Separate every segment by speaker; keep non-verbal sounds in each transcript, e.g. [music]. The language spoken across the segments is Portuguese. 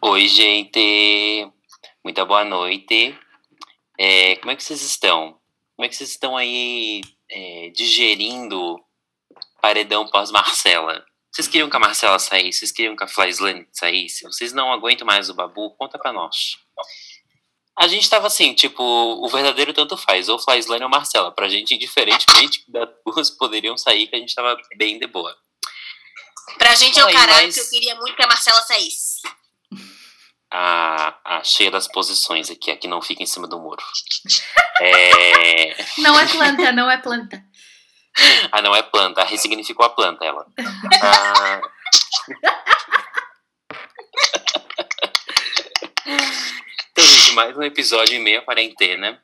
Speaker 1: Oi, gente! Muita boa noite. É, como é que vocês estão? Como é que vocês estão aí é, digerindo paredão pós-Marcela? Vocês queriam que a Marcela saísse? Vocês queriam que a Flyslane saísse? Vocês não aguentam mais o Babu? Conta pra nós. A gente tava assim, tipo, o verdadeiro tanto faz, ou Flyslane ou Marcela. Pra gente, indiferentemente [laughs] das duas poderiam sair, que a gente tava bem de boa.
Speaker 2: Pra gente é o
Speaker 1: Oi,
Speaker 2: caralho
Speaker 1: mas-
Speaker 2: que eu queria muito que a Marcela saísse.
Speaker 1: A, a cheia das posições aqui, a que não fica em cima do
Speaker 3: [laughs]
Speaker 1: muro. É,
Speaker 3: Não é planta, não é planta.
Speaker 1: Ah, não, é planta. Ressignificou a planta, ela. Ah. [laughs] Então, gente, mais um episódio em meia quarentena.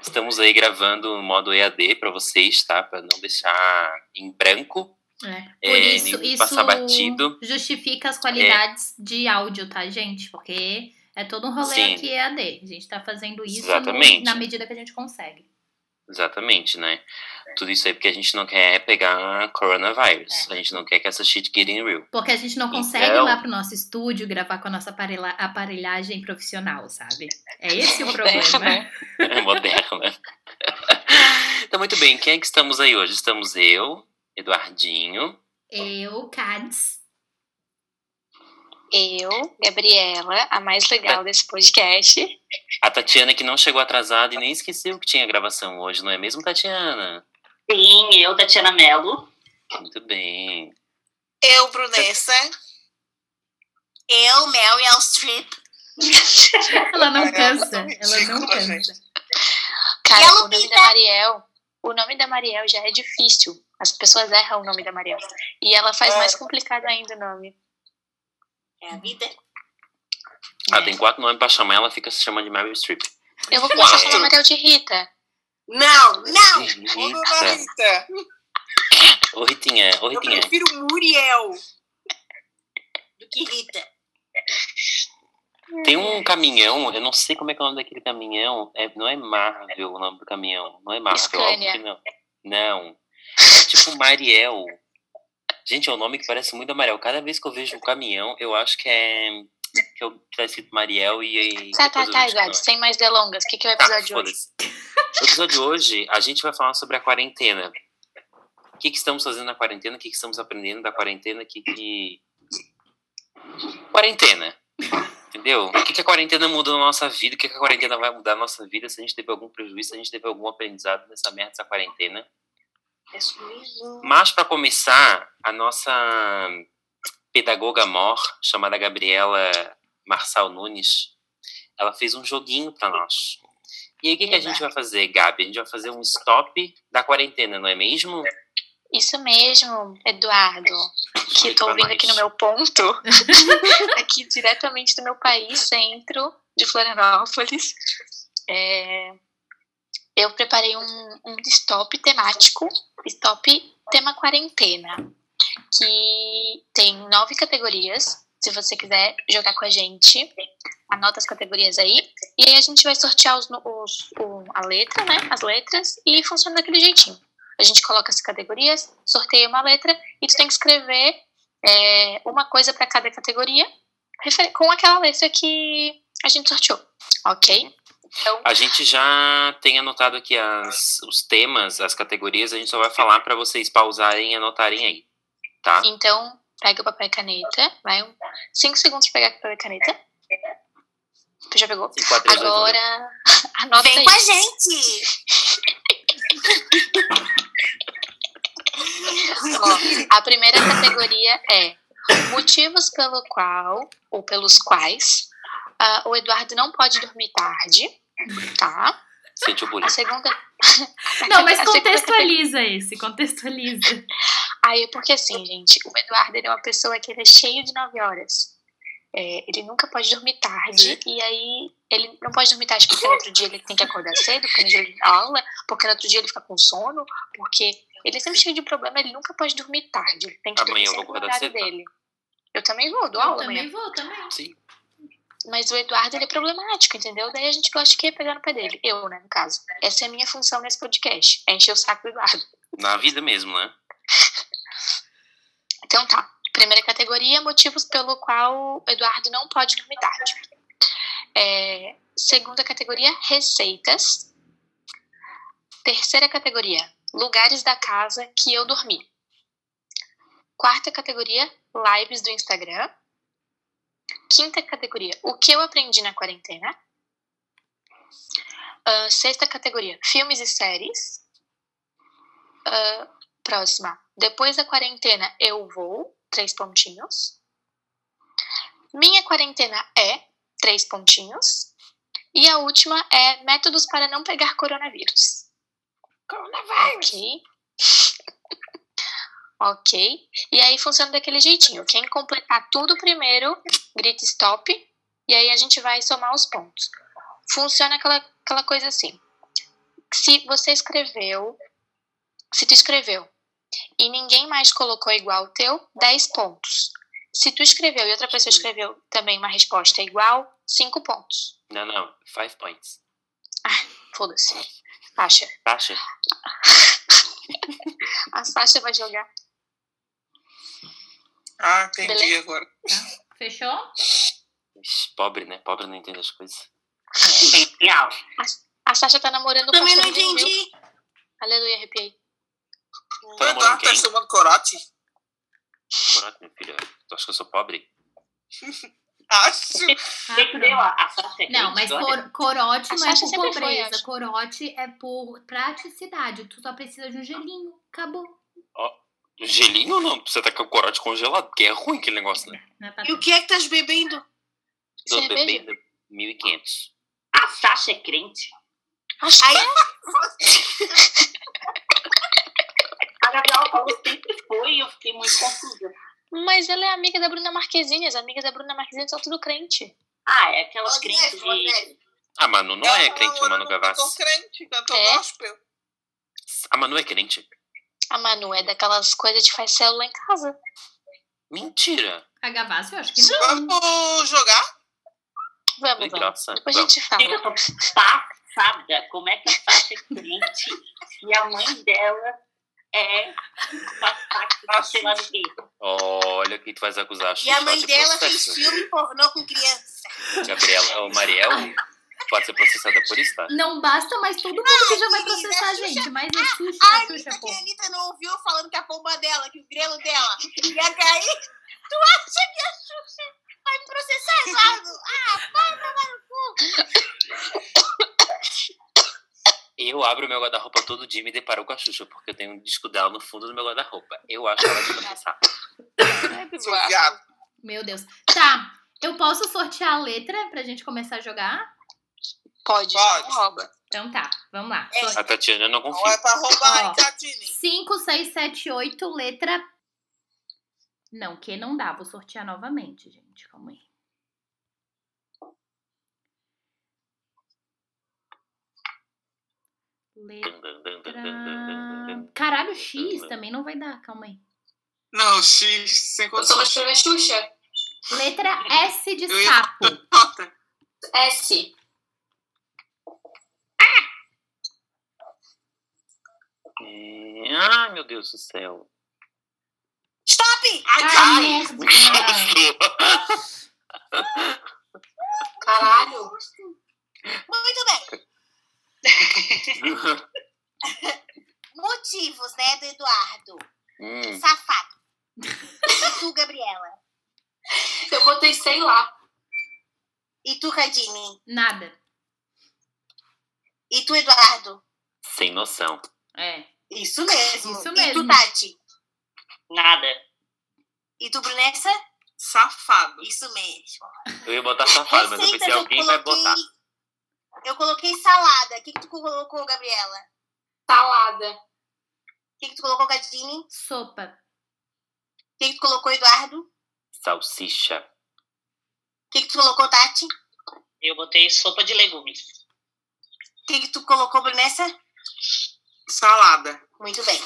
Speaker 1: Estamos aí gravando no modo EAD para vocês, tá? Para não deixar em branco,
Speaker 3: É.
Speaker 1: É,
Speaker 3: Por
Speaker 1: nem
Speaker 3: isso, isso
Speaker 1: passar batido.
Speaker 3: justifica as qualidades de áudio, tá, gente? Porque é todo um rolê
Speaker 1: Sim.
Speaker 3: aqui é AD. A gente tá fazendo isso no-
Speaker 1: Exatamente.
Speaker 3: na medida que a gente consegue.
Speaker 1: exatamente, né? Tudo isso aí porque a gente não quer pegar
Speaker 3: É.
Speaker 1: coronavírus. A gente não quer que essa shit get in real.
Speaker 3: Porque a gente não consegue
Speaker 1: Então-
Speaker 3: ir lá pro nosso estúdio gravar com a nossa aparelha- aparelhagem profissional, sabe? É né? esse o problema.
Speaker 1: [laughs]
Speaker 4: né?
Speaker 1: moderna. né? então, muito bem, quem é que estamos aí hoje? Estamos eu, Eduardinho.
Speaker 3: Eu, Cads.
Speaker 5: Eu, Gabriela, a mais legal desse podcast.
Speaker 1: A Tatiana que não chegou atrasada e nem esqueceu que tinha gravação hoje, não é mesmo, Tatiana?
Speaker 6: Sim, eu, Tatiana Mello.
Speaker 1: Muito bem.
Speaker 2: Eu, Brunessa. Eu, Mary L. Streep.
Speaker 3: Ela não
Speaker 4: Caramba,
Speaker 3: cansa.
Speaker 4: tão
Speaker 3: Ela não
Speaker 4: ridícula,
Speaker 3: cansa.
Speaker 5: Cara,
Speaker 2: E a
Speaker 5: o nome
Speaker 2: Lupita?
Speaker 5: da Mariel. O nome da Mariel já é difícil. As pessoas erram o nome da Mariel. E ela faz
Speaker 4: É.
Speaker 5: mais complicado ainda o nome.
Speaker 2: É a vida.
Speaker 1: Ah,
Speaker 2: É.
Speaker 1: tem quatro nomes pra chamar, ela fica se chamando de Meryl Streep.
Speaker 5: Eu vou começar a
Speaker 1: Quatro.
Speaker 5: chamar a Mariel de Rita.
Speaker 2: Não, não.
Speaker 4: Ô, dona
Speaker 1: Rita.
Speaker 4: Rita,
Speaker 1: Ô, Ritinha, ô,
Speaker 2: Eu
Speaker 1: Ritinha.
Speaker 2: prefiro Muriel do que Rita.
Speaker 1: Tem um caminhão, eu não sei como é que é o nome daquele caminhão. É, não é Marvel o nome do caminhão. Não é Marvel,
Speaker 5: Scania.
Speaker 1: óbvio que não. Não. É tipo Mariel. Gente, é um nome que parece muito amarelo. Cada vez que eu vejo um caminhão, eu acho que é. que eu- que tá escrito Mariel e. e
Speaker 5: Tá,
Speaker 1: depois
Speaker 5: tá,
Speaker 1: eu
Speaker 5: tá,
Speaker 1: vejo que não é.
Speaker 5: Eduardo. Sem mais delongas. O que, que é o
Speaker 1: Tá,
Speaker 5: episódio de hoje?
Speaker 1: foda-se. O episódio de hoje, a gente vai falar sobre a quarentena. O que, que estamos fazendo na quarentena? O que, que estamos aprendendo da quarentena? O que, que. Quarentena. Entendeu? O que, que a quarentena mudou na nossa vida? O que, que a quarentena vai mudar na nossa vida? Se a gente teve algum prejuízo, se a gente teve algum aprendizado nessa merda, dessa quarentena. Mas para começar, a nossa pedagoga mor, chamada Gabriela Marçal Nunes, ela fez um joguinho para nós. E aí, o que, que a
Speaker 5: Eba.
Speaker 1: gente vai fazer, Gabi? A gente vai fazer um stop da quarentena, não é mesmo?
Speaker 5: Isso mesmo, Eduardo. [laughs] Que
Speaker 1: Explica
Speaker 5: tô
Speaker 1: pra
Speaker 5: ouvindo
Speaker 1: nós.
Speaker 5: aqui no meu ponto. [laughs] aqui diretamente do meu país, centro de Florianópolis. É, eu preparei um, um stop temático, stop tema quarentena, que tem nove categorias. Se você quiser jogar com a gente, anota as categorias aí. E aí a gente vai sortear os, nu- os- o- a letra, né? As letras, e funciona daquele jeitinho. A gente coloca as categorias, sorteia uma letra e tu tem que escrever é, uma coisa para cada categoria refer- com aquela letra que a gente sorteou, ok? Então,
Speaker 1: A gente já tem anotado aqui as, os temas, as categorias, a gente só vai falar para vocês pausarem e anotarem aí, tá?
Speaker 5: então pega o papel e caneta, vai um, cinco segundos pra pegar o papel e caneta. Tu já pegou?
Speaker 1: Cinco, quatro, três, dois, um.
Speaker 5: Agora, [laughs] anota
Speaker 2: Vem
Speaker 5: aí.
Speaker 2: com a gente.
Speaker 5: Ó, [laughs] a primeira categoria é motivos pelo qual, ou pelos quais, ah, o Eduardo não pode dormir tarde, tá?
Speaker 1: Sentiu
Speaker 5: A
Speaker 1: bonito.
Speaker 5: segunda...
Speaker 3: Não, mas
Speaker 5: [laughs] a segunda categoria-
Speaker 3: contextualiza esse, contextualiza.
Speaker 5: Aí, porque assim, gente, o Eduardo ele é uma pessoa que ele é cheio de nove horas. É, ele nunca pode dormir tarde. E aí, ele não pode dormir tarde porque no outro dia ele tem que acordar cedo, porque no dia ele tem aula, porque no outro dia ele fica com sono, porque ele é sempre cheio de problema, ele nunca pode dormir tarde. Ele tem que
Speaker 1: Amanhã
Speaker 5: dormir
Speaker 1: eu vou
Speaker 5: sempre no
Speaker 1: acordar cedo.
Speaker 5: horário dele. Eu também vou, dou
Speaker 3: Eu
Speaker 5: aula amanhã.
Speaker 3: também vou, também.
Speaker 1: Sim.
Speaker 5: Mas o Eduardo ele é problemático, entendeu? Daí a gente gosta que é pegar no pé dele. Eu, né, no caso. Essa é a minha função nesse podcast. É encher o saco do Eduardo.
Speaker 1: Na vida mesmo, né?
Speaker 5: Então tá. Primeira categoria, motivos pelo qual o Eduardo não pode dormir tarde. É, segunda categoria, receitas. Terceira categoria, lugares da casa que eu dormi. Quarta categoria, lives do Instagram. Quinta categoria, o que eu aprendi na quarentena. Ah, sexta categoria, filmes e séries. Ah, próxima, depois da quarentena eu vou, três pontinhos. Minha quarentena é, três pontinhos. E a última é métodos para não pegar coronavírus. Coronavírus! Ok. ok. [laughs] E aí funciona daquele jeitinho. Quem completar tudo primeiro, grita stop. E aí a gente vai somar os pontos. Funciona aquela, aquela coisa assim. Se você escreveu. Se tu escreveu e ninguém mais colocou igual o teu, 10 pontos. Se tu escreveu e outra pessoa escreveu também uma resposta igual, 5 pontos.
Speaker 1: Não, não. Five points.
Speaker 5: Foda-se. Sasha.
Speaker 1: Taxa?
Speaker 5: A Sasha vai jogar.
Speaker 4: Ah, entendi
Speaker 5: Beleza.
Speaker 4: agora.
Speaker 3: Fechou?
Speaker 1: Ixi, Pobre, né? Pobre não entende as coisas.
Speaker 6: Genial.
Speaker 5: A Sasha tá namorando o
Speaker 2: Também não
Speaker 5: pastor Will, viu?
Speaker 2: entendi.
Speaker 5: Aleluia, arrepiei.
Speaker 1: Tô
Speaker 4: O
Speaker 1: namorando
Speaker 4: Eduardo tá
Speaker 1: quem?
Speaker 4: chamando corote?
Speaker 1: Corote, meu filho. Tu acha que eu sou pobre?
Speaker 4: Acho.
Speaker 3: Ah,
Speaker 6: Entendeu
Speaker 3: pronto.
Speaker 6: a, a frase
Speaker 3: Não, mas cor- corote não
Speaker 5: A
Speaker 3: é
Speaker 5: Sasha
Speaker 3: por
Speaker 5: sempre foi,
Speaker 3: pobreza.
Speaker 5: acho.
Speaker 3: corote é por praticidade. Tu só precisa de um gelinho. Acabou.
Speaker 1: Gelinho não. Você tá com o corote congelado, porque é ruim aquele negócio, né?
Speaker 3: Não é pra-
Speaker 2: E o que é que estás bebendo?
Speaker 1: Tô
Speaker 5: Cerveja.
Speaker 1: bebendo 1.500.
Speaker 6: A Sasha é crente.
Speaker 2: Aí,
Speaker 6: A Gabriela falou sempre foi e eu fiquei muito confusa.
Speaker 5: Mas ela é amiga da Bruna Marquezine. As amigas da Bruna Marquezine são tudo crente.
Speaker 6: Ah, é aquelas
Speaker 2: Ô,
Speaker 6: crentes
Speaker 2: Jeff, ô,
Speaker 6: de...
Speaker 2: Jeff.
Speaker 1: Ah, Manu não
Speaker 4: Ela
Speaker 1: é
Speaker 4: tá
Speaker 1: crente,
Speaker 4: namorando
Speaker 1: Manu
Speaker 4: um
Speaker 1: Gavassi.
Speaker 4: cantor crente, cantor
Speaker 5: É?
Speaker 4: gospel.
Speaker 1: A Manu é crente?
Speaker 5: A Manu é daquelas coisas de faz célula em casa.
Speaker 1: Mentira.
Speaker 3: A Gavassi, eu acho que não.
Speaker 4: Vamos jogar?
Speaker 5: Vamos,
Speaker 1: Que
Speaker 5: vamos.
Speaker 1: graça.
Speaker 5: Depois a
Speaker 1: Vamos.
Speaker 5: gente fala.
Speaker 6: Gente, eu tô passada. tá, Como é que a Sasha é crente e a mãe dela
Speaker 2: [laughs]
Speaker 6: é... faz parte do sei lá do quê?
Speaker 1: Olha quem tu vais acusar.
Speaker 2: E a
Speaker 1: Xuxa,
Speaker 2: mãe
Speaker 1: vai ser
Speaker 2: dela fez
Speaker 1: processo.
Speaker 2: filme pornô com criança.
Speaker 1: Gabriela, o Mariel pode ser processada por isso, tá?
Speaker 3: Não basta, mas todo mundo que já vai
Speaker 2: menina,
Speaker 3: processar a
Speaker 2: Xuxa.
Speaker 3: gente. Mas é Xuxa,
Speaker 2: Ai,
Speaker 3: é Xuxa,
Speaker 2: Que
Speaker 3: pô.
Speaker 2: a Anitta não ouviu falando que a pomba dela, que o grelo dela ia cair. Tu acha que a Xuxa vai me processar, Eduardo?
Speaker 1: Eu abro meu guarda-roupa todo dia e me deparo com a Xuxa, porque eu tenho um disco dela no fundo do meu guarda-roupa. Eu acho que ela vai processar.
Speaker 5: [laughs]
Speaker 4: Sou viado.
Speaker 3: Meu Deus. Tá, eu posso sortear a letra pra gente começar a jogar?
Speaker 5: Pode,
Speaker 4: Pode.
Speaker 5: não rouba.
Speaker 3: Então tá, vamos lá.
Speaker 2: É.
Speaker 1: A Tatiana eu não
Speaker 4: Não
Speaker 1: confia.
Speaker 4: é pra roubar,
Speaker 3: Ó.
Speaker 4: hein, Catine?
Speaker 3: 5, 6, 7, 8, letra. Não, que não dá. Vou sortear novamente, gente. Calma aí. Letra. Caralho, X também não vai dar. Calma aí.
Speaker 4: Não, X, sem condições.
Speaker 5: a Xuxa.
Speaker 3: Letra S de
Speaker 4: Eu ia-
Speaker 3: sapo.
Speaker 4: Nota.
Speaker 5: S.
Speaker 1: Hum, Ai, meu Deus do céu.
Speaker 2: Stop!
Speaker 3: Ah,
Speaker 4: Ai.
Speaker 3: merda.
Speaker 5: Caralho.
Speaker 2: Muito bem. Motivos, né, do Eduardo.
Speaker 1: [laughs] Hum,
Speaker 2: Safado. E tu, Gabriela.
Speaker 5: Eu botei sei lá.
Speaker 2: E tu, Cadine.
Speaker 3: Nada.
Speaker 2: E tu, Eduardo.
Speaker 1: sem noção.
Speaker 3: É.
Speaker 2: Isso mesmo.
Speaker 3: Isso
Speaker 2: E
Speaker 3: mesmo.
Speaker 2: tu, Tati.
Speaker 6: Nada.
Speaker 2: E tu, Brunessa?
Speaker 4: Safado.
Speaker 2: Isso mesmo.
Speaker 1: Eu ia botar safado, mas eu pensei, alguém vai botar.
Speaker 2: Eu coloquei salada. O que, que tu colocou, Gabriela?
Speaker 5: Salada.
Speaker 2: O que, que tu colocou, Cadine? O
Speaker 3: Sopa.
Speaker 2: que, que tu colocou, Eduardo? O
Speaker 1: Salsicha.
Speaker 2: que, que tu colocou, Tati? O
Speaker 6: Eu botei sopa de legumes.
Speaker 2: que, que tu colocou, Brunessa?
Speaker 4: Salada.
Speaker 2: Muito bem.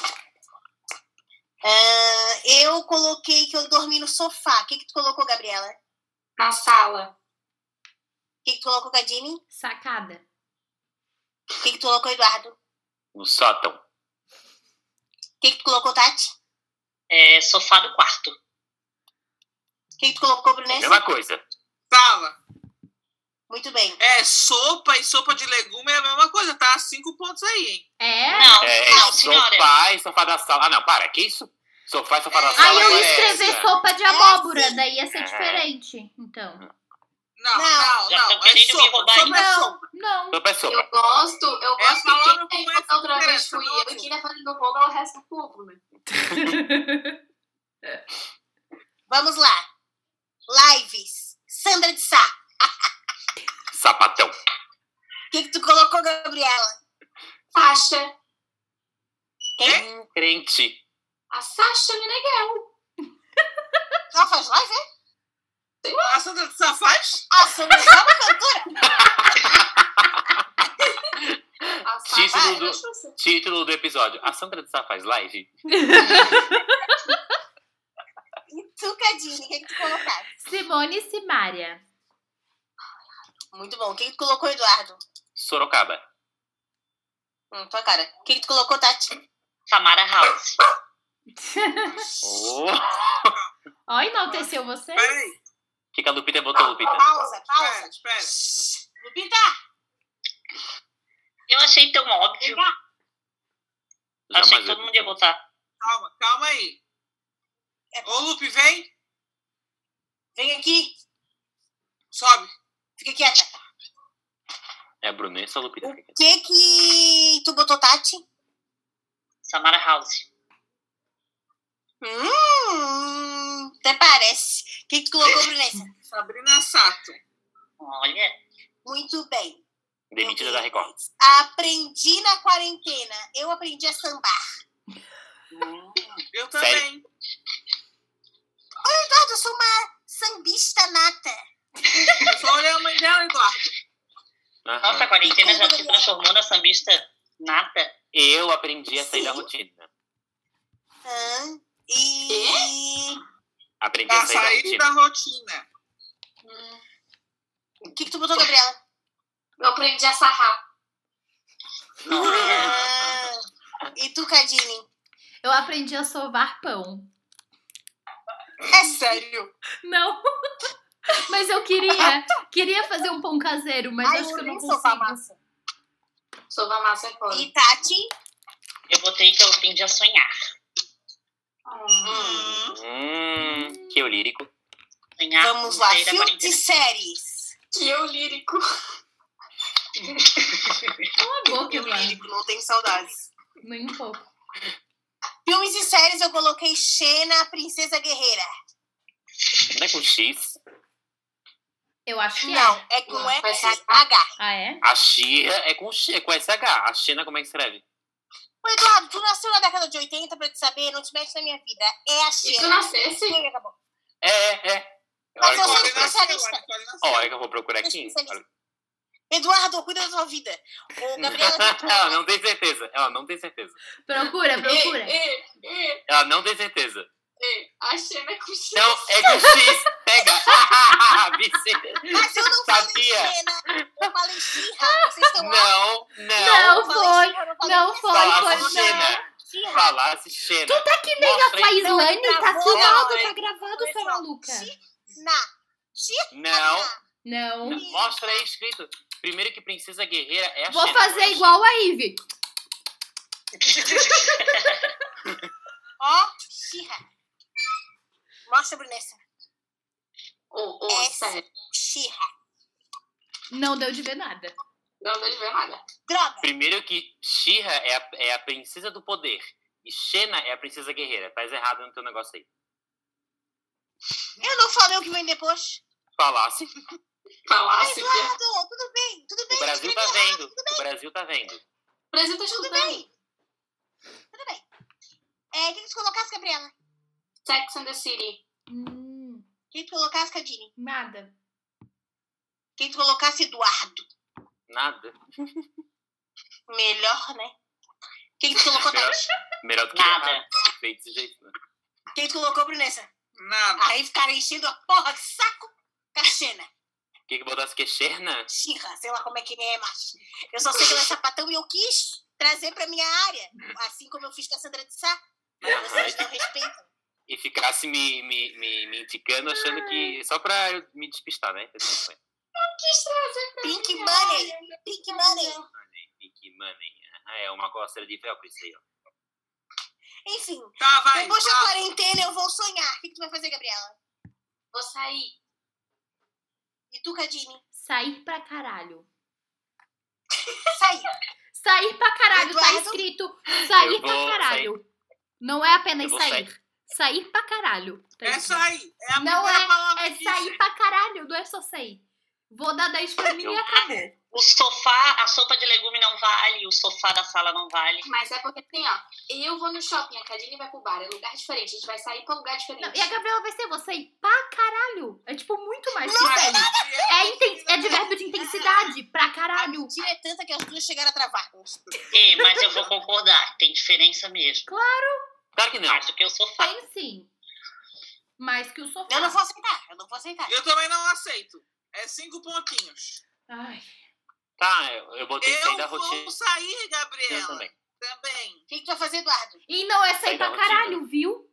Speaker 2: Ahn, eu coloquei que eu dormi no sofá. O que, que tu colocou, Gabriela? O
Speaker 5: Na sala.
Speaker 2: que, que tu colocou, Cadine? O
Speaker 3: Sacada.
Speaker 2: que, que tu colocou, Eduardo? O
Speaker 1: No sótão.
Speaker 2: que, que tu colocou, Tati?
Speaker 6: É, sofá do quarto.
Speaker 2: Quem tu colocou, Brunessa?
Speaker 1: Mesma coisa.
Speaker 4: Sala.
Speaker 2: Muito bem.
Speaker 4: É, sopa e sopa de legume é a mesma coisa, tá? Cinco pontos aí, hein?
Speaker 3: É?
Speaker 6: Não,
Speaker 1: É,
Speaker 6: não, senhora.
Speaker 1: sofá e sofá da sala. Ah, não, para, que isso? Sofá e sofá da sala.
Speaker 3: Aí eu ia
Speaker 1: agora é
Speaker 3: escrever
Speaker 1: essa.
Speaker 3: sopa de abóbora, daí ia ser diferente. Então.
Speaker 4: Não,
Speaker 2: Não.
Speaker 4: não,
Speaker 6: Já
Speaker 4: não.
Speaker 6: tão
Speaker 4: É
Speaker 6: querendo me
Speaker 4: sopa,
Speaker 6: roubar
Speaker 4: sopa é
Speaker 3: Não,
Speaker 4: sopa.
Speaker 3: não.
Speaker 1: Sopa é sopa.
Speaker 7: Eu gosto, eu
Speaker 4: É a
Speaker 7: gosto de
Speaker 4: palavra
Speaker 7: quem
Speaker 4: com mais
Speaker 7: da outra vez
Speaker 4: diferença,
Speaker 7: fui
Speaker 4: não é assim.
Speaker 7: eu
Speaker 4: ouvi.
Speaker 7: e quem tá fazendo bolo é o resto do povo, né?
Speaker 2: Vamos lá. Lives. Sandra de Sá.
Speaker 1: Sapatão.
Speaker 2: O que, que tu colocou, Gabriela?
Speaker 7: Sasha.
Speaker 1: Crente.
Speaker 7: A Sasha Meneghel.
Speaker 2: Ela faz live, é?
Speaker 4: A Sandra de Sá faz?
Speaker 2: Ah, Sandra de Sá é uma cantora.
Speaker 7: A
Speaker 1: Título
Speaker 7: Sasha
Speaker 1: do-
Speaker 7: Meneghel.
Speaker 1: Título do episódio. A Sandra de Sá faz live?
Speaker 2: E tu, Cadine, um o que, que tu colocaste?
Speaker 3: Simone e Simária.
Speaker 2: Muito bom. O que, que tu colocou, Eduardo?
Speaker 1: Sorocaba.
Speaker 2: Hum, tua cara. O que, que tu colocou, Tati?
Speaker 6: Samara House.
Speaker 1: Oh.
Speaker 3: Ó, enalteceu você?
Speaker 4: Peraí.
Speaker 1: O que, que a Lupita botou, Lupita?
Speaker 2: Pausa,
Speaker 4: Espera,
Speaker 2: pausa.
Speaker 4: espera.
Speaker 2: Lupita,
Speaker 6: Eu achei tão óbvio. Achei que
Speaker 1: Jamais
Speaker 6: todo
Speaker 1: eu-
Speaker 6: mundo ia votar.
Speaker 4: Calma, calma aí.
Speaker 7: É.
Speaker 4: Ô, Lupe, vem.
Speaker 2: vem aqui.
Speaker 4: Sobe.
Speaker 2: Fica quieta.
Speaker 1: É a Brunessa ou a Lupita?
Speaker 2: O que que tu botou, Tati?
Speaker 6: Samara House.
Speaker 2: Hum, até parece. O que, que tu colocou, Brunessa?
Speaker 4: Sabrina Sato.
Speaker 6: Olha.
Speaker 2: Muito bem.
Speaker 1: Demitida
Speaker 2: Meu
Speaker 1: da
Speaker 2: Deus.
Speaker 1: Record.
Speaker 2: Aprendi na quarentena. Eu aprendi a sambar.
Speaker 4: Eu também.
Speaker 2: Eduardo, Ah, eu sou uma sambista nata.
Speaker 4: Eu só olhei a mãe dela, Eduardo.
Speaker 1: Aham.
Speaker 6: Nossa, a quarentena já te transformou na sambista nata.
Speaker 1: Eu aprendi a sair da
Speaker 2: Sim.
Speaker 1: rotina.
Speaker 2: Hã? E
Speaker 1: Aprendi a
Speaker 4: Pra
Speaker 1: sair da
Speaker 4: sair
Speaker 1: rotina.
Speaker 4: da rotina.
Speaker 2: o que, que tu botou, Gabriela?
Speaker 7: Eu aprendi a sarrar.
Speaker 2: Ah, E tu, Cadine?
Speaker 3: Eu aprendi a sovar pão.
Speaker 2: É sério?
Speaker 3: Não. [laughs] Mas eu queria. Queria fazer um pão caseiro, mas
Speaker 2: Ai,
Speaker 3: acho
Speaker 2: eu
Speaker 3: que eu não
Speaker 2: nem sou
Speaker 3: consigo.
Speaker 2: massa.
Speaker 7: Sova massa é foda.
Speaker 2: E Tati?
Speaker 6: Eu botei que é eu aprendi a sonhar.
Speaker 2: Hum,
Speaker 1: Hum, que eu lírico.
Speaker 6: Sonhar
Speaker 2: Vamos lá,
Speaker 6: inteira a
Speaker 2: filme de
Speaker 6: quarentena.
Speaker 2: séries.
Speaker 7: Que eu lírico.
Speaker 3: Cala a boca,
Speaker 2: Eu
Speaker 3: Eduardo.
Speaker 2: lírico, não tenho saudades.
Speaker 3: Nem um pouco.
Speaker 2: Filmes e séries eu coloquei Xena, Princesa Guerreira.
Speaker 1: Não é com X.
Speaker 3: Eu acho que é.
Speaker 2: Não, é com
Speaker 7: Não,
Speaker 2: E-
Speaker 7: vai ser-
Speaker 2: H.
Speaker 3: Ah, é?
Speaker 1: A Xia é com, X, é com SH. A China, como é que escreve?
Speaker 2: Ô, Eduardo, tu nasceu na década de 80 pra te saber, não te mete na minha vida. É a
Speaker 7: E tu
Speaker 2: Xena.
Speaker 7: nascesse?
Speaker 2: Chega, acabou.
Speaker 1: É, é, é.
Speaker 2: Mas
Speaker 1: Olha que
Speaker 2: eu
Speaker 1: vou
Speaker 2: sou
Speaker 1: procurar-
Speaker 4: Sabrina Sato,
Speaker 2: especialista.
Speaker 4: olha, Sabrina
Speaker 1: Ó,
Speaker 4: Sato.
Speaker 1: olha que eu vou procurar
Speaker 2: Eu sou
Speaker 1: aqui.
Speaker 2: especialista. Eduardo, cuida da tua vida.
Speaker 1: [laughs]
Speaker 2: Ô, Gabriela,
Speaker 1: Ela não tem certeza. Ela não tem certeza.
Speaker 3: Procura, procura.
Speaker 7: Ei, ei,
Speaker 1: Ela não tem certeza.
Speaker 7: ei. A Xena é com X.
Speaker 1: Não, é com X. Pega. [laughs] Vici-
Speaker 2: mas eu não falei
Speaker 1: Sabia.
Speaker 2: Xena, eu falei Xirra. Vocês estão lá?
Speaker 1: Não, não.
Speaker 3: Não. foi, Não foi, foi,
Speaker 1: Falasse
Speaker 3: não.
Speaker 1: Xena. Falasse Xena. Tu tá que
Speaker 3: Nem a Faislane
Speaker 2: Não,
Speaker 3: tá
Speaker 2: travou,
Speaker 3: filmado,
Speaker 2: não,
Speaker 3: tá gravado, sua maluca.
Speaker 2: Na.
Speaker 1: Não.
Speaker 3: Não.
Speaker 1: Não, Mostra aí escrito. Primeiro que Princesa Guerreira é a
Speaker 3: Vou
Speaker 1: Xena,
Speaker 3: fazer
Speaker 1: não é a
Speaker 3: igual a Ive.
Speaker 2: Ó, Xirra. Mostra, Brunessa.
Speaker 7: Ô, ô,
Speaker 2: É.
Speaker 7: sério.
Speaker 2: Xirra.
Speaker 3: Não deu de ver nada.
Speaker 7: Não, não vê nada.
Speaker 2: Droga.
Speaker 1: Primeiro que Shira é a, é a princesa do poder. E Xena é a princesa guerreira. Tá errado no teu negócio aí.
Speaker 2: Eu não falei o que vem depois.
Speaker 1: Falasse.
Speaker 7: Falasse que...
Speaker 2: Eduardo, tudo bem, tudo bem.
Speaker 1: O Brasil tá vendo. O Brasil tá vendo.
Speaker 7: Apresenta
Speaker 2: Tudo
Speaker 7: escutando.
Speaker 2: bem. Tudo bem. É, o que que tu colocasse, Gabriela? O
Speaker 7: né? Sex and the City.
Speaker 3: Hum,
Speaker 2: que tu colocasse, Cadine? O
Speaker 3: nada.
Speaker 2: que tu colocasse, Eduardo?
Speaker 1: Nada.
Speaker 2: Melhor, né? O que tu colocou, tá?
Speaker 1: Melhor,
Speaker 2: Tati?
Speaker 1: melhor do que
Speaker 6: Nada.
Speaker 1: errado. Feito desse jeito. né?
Speaker 2: Quem tu colocou, Brunessa?
Speaker 4: Nada.
Speaker 2: Aí ficaram enchendo a porra de saco com a Xena.
Speaker 1: O que que botasse que é Xena?
Speaker 2: Xirra, sei lá como é que ele é, mas eu só sei que ela é sapatão e eu quis trazer pra minha área, assim como eu fiz com a Sandra de Sá. Mas vocês não respeitam.
Speaker 1: e ficasse me, me, me, me indicando, achando que. Só pra eu me despistar, né? Eu tenho que-
Speaker 7: quis trazer pra
Speaker 2: Pink
Speaker 7: mim,
Speaker 2: Money.
Speaker 7: olha.
Speaker 2: Pink Money.
Speaker 1: Pink Money. Ah, é uma coceira de velcro isso aí, ó.
Speaker 2: Enfim,
Speaker 4: Tá, vai.
Speaker 2: depois da
Speaker 4: próximo.
Speaker 2: quarentena eu vou sonhar. O que que tu vai fazer, Gabriela?
Speaker 7: Vou sair.
Speaker 2: E tu, Cadine?
Speaker 3: Sair pra caralho.
Speaker 2: Sai.
Speaker 3: Sair pra caralho, tá
Speaker 2: Eduardo?
Speaker 3: escrito sair
Speaker 1: Eu
Speaker 3: pra
Speaker 1: vou
Speaker 3: caralho. Não é apenas
Speaker 1: Eu vou
Speaker 3: sair. sair. pra caralho. tá
Speaker 4: É
Speaker 3: escrito.
Speaker 4: sair. É a
Speaker 3: Não
Speaker 4: primeira palavra
Speaker 3: É
Speaker 4: que
Speaker 3: sair
Speaker 4: diz.
Speaker 3: pra caralho, não é só sair. Vou dar 10 pra mim e
Speaker 1: Eu-
Speaker 3: acabou.
Speaker 6: O sofá, a sopa de legume não vale, o sofá da sala não vale.
Speaker 7: Mas é porque assim, ó. Eu vou no shopping, a Cadine vai pro bar. É lugar diferente. A gente vai sair pra lugar diferente.
Speaker 3: Não, e a Gabriela vai ser vou sair pra caralho. É tipo muito mais que
Speaker 4: Mas
Speaker 3: sair. É,
Speaker 4: é-
Speaker 3: inten- é de verbo de intensidade, pra
Speaker 2: A
Speaker 3: caralho.
Speaker 2: mentira é tanta que as duas chegaram a travar.
Speaker 6: É, mas eu vou concordar, tem diferença mesmo.
Speaker 1: Claro que não. tipo,
Speaker 6: Mais do que o sofá.
Speaker 3: Tem sim. Mais que o sofá.
Speaker 2: Eu não vou aceitar. Eu não vou aceitar.
Speaker 4: Eu também não aceito. É cinco pontinhos.
Speaker 3: Ai,
Speaker 1: Tá, eu, eu botei sair da
Speaker 4: Eu vou
Speaker 1: rotina
Speaker 4: sair, Gabriela.
Speaker 1: também.
Speaker 4: Também.
Speaker 2: O que que tu vai fazer, Eduardo?
Speaker 3: E não é sair
Speaker 1: Sair da
Speaker 3: pra
Speaker 1: rotina.
Speaker 3: caralho, viu?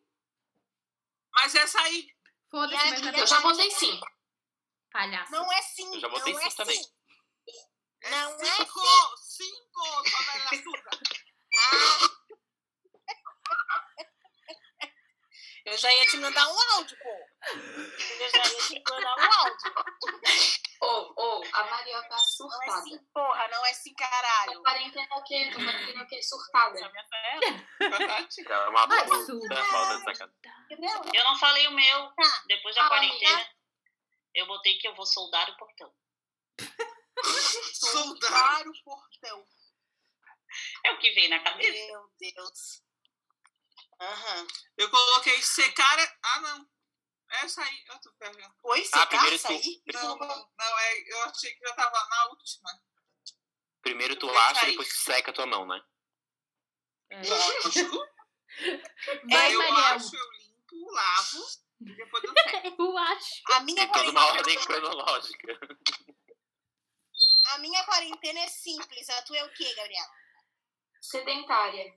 Speaker 4: Mas é sair.
Speaker 3: Foda-se,
Speaker 2: E
Speaker 3: mas vai
Speaker 2: a- e
Speaker 7: Eu
Speaker 2: a-
Speaker 3: ter
Speaker 7: já botei cinco.
Speaker 3: palhaço.
Speaker 2: Não é sim.
Speaker 1: Eu já botei
Speaker 2: não é
Speaker 1: sim também.
Speaker 2: sim. Não é
Speaker 4: cinco. Cinco, sua velha surda.
Speaker 2: Eu já ia te mandar um áudio, pô. Eu já ia te mandar um áudio.
Speaker 7: Ou, ou, a Maria tá
Speaker 2: Não é
Speaker 7: surtada.
Speaker 2: sim, porra. Não é sim,
Speaker 7: Na
Speaker 2: caralho.
Speaker 7: quarentena é o quê? Na quarentena o quê? Surtada.
Speaker 1: É uma
Speaker 3: Ai,
Speaker 1: puta
Speaker 3: surda.
Speaker 1: falta de sacanagem.
Speaker 2: Entendeu?
Speaker 6: Eu não falei o meu.
Speaker 2: Tá.
Speaker 6: Depois da
Speaker 7: Ah,
Speaker 6: quarentena, eu botei que eu vou soldar o portão.
Speaker 4: Soldado.
Speaker 2: Para o portão.
Speaker 6: É o que vem na cabeça.
Speaker 2: Meu Deus. Aham.
Speaker 4: Eu coloquei secar. é- Ah, não. É sair. Eu tô perdendo.
Speaker 2: Oi, você
Speaker 1: Ah,
Speaker 2: tá
Speaker 1: primeiro
Speaker 2: isso aí?
Speaker 4: Não, não, não, é, eu achei que já tava na última.
Speaker 1: Primeiro tu
Speaker 4: Eu vou
Speaker 1: acha,
Speaker 4: sair.
Speaker 1: depois tu seca a tua mão, né?
Speaker 3: É.
Speaker 4: Lógico.
Speaker 3: Vai,
Speaker 4: eu
Speaker 3: Mariel.
Speaker 4: acho, eu limpo, lavo. E depois eu
Speaker 3: [laughs]
Speaker 4: seco.
Speaker 3: Eu acho.
Speaker 2: A minha, é
Speaker 1: Tem toda uma
Speaker 2: quarentena,
Speaker 1: ordem [laughs] cronológica.
Speaker 2: a minha quarentena é simples. A tua é o quê, Gabriela?
Speaker 7: Sedentária.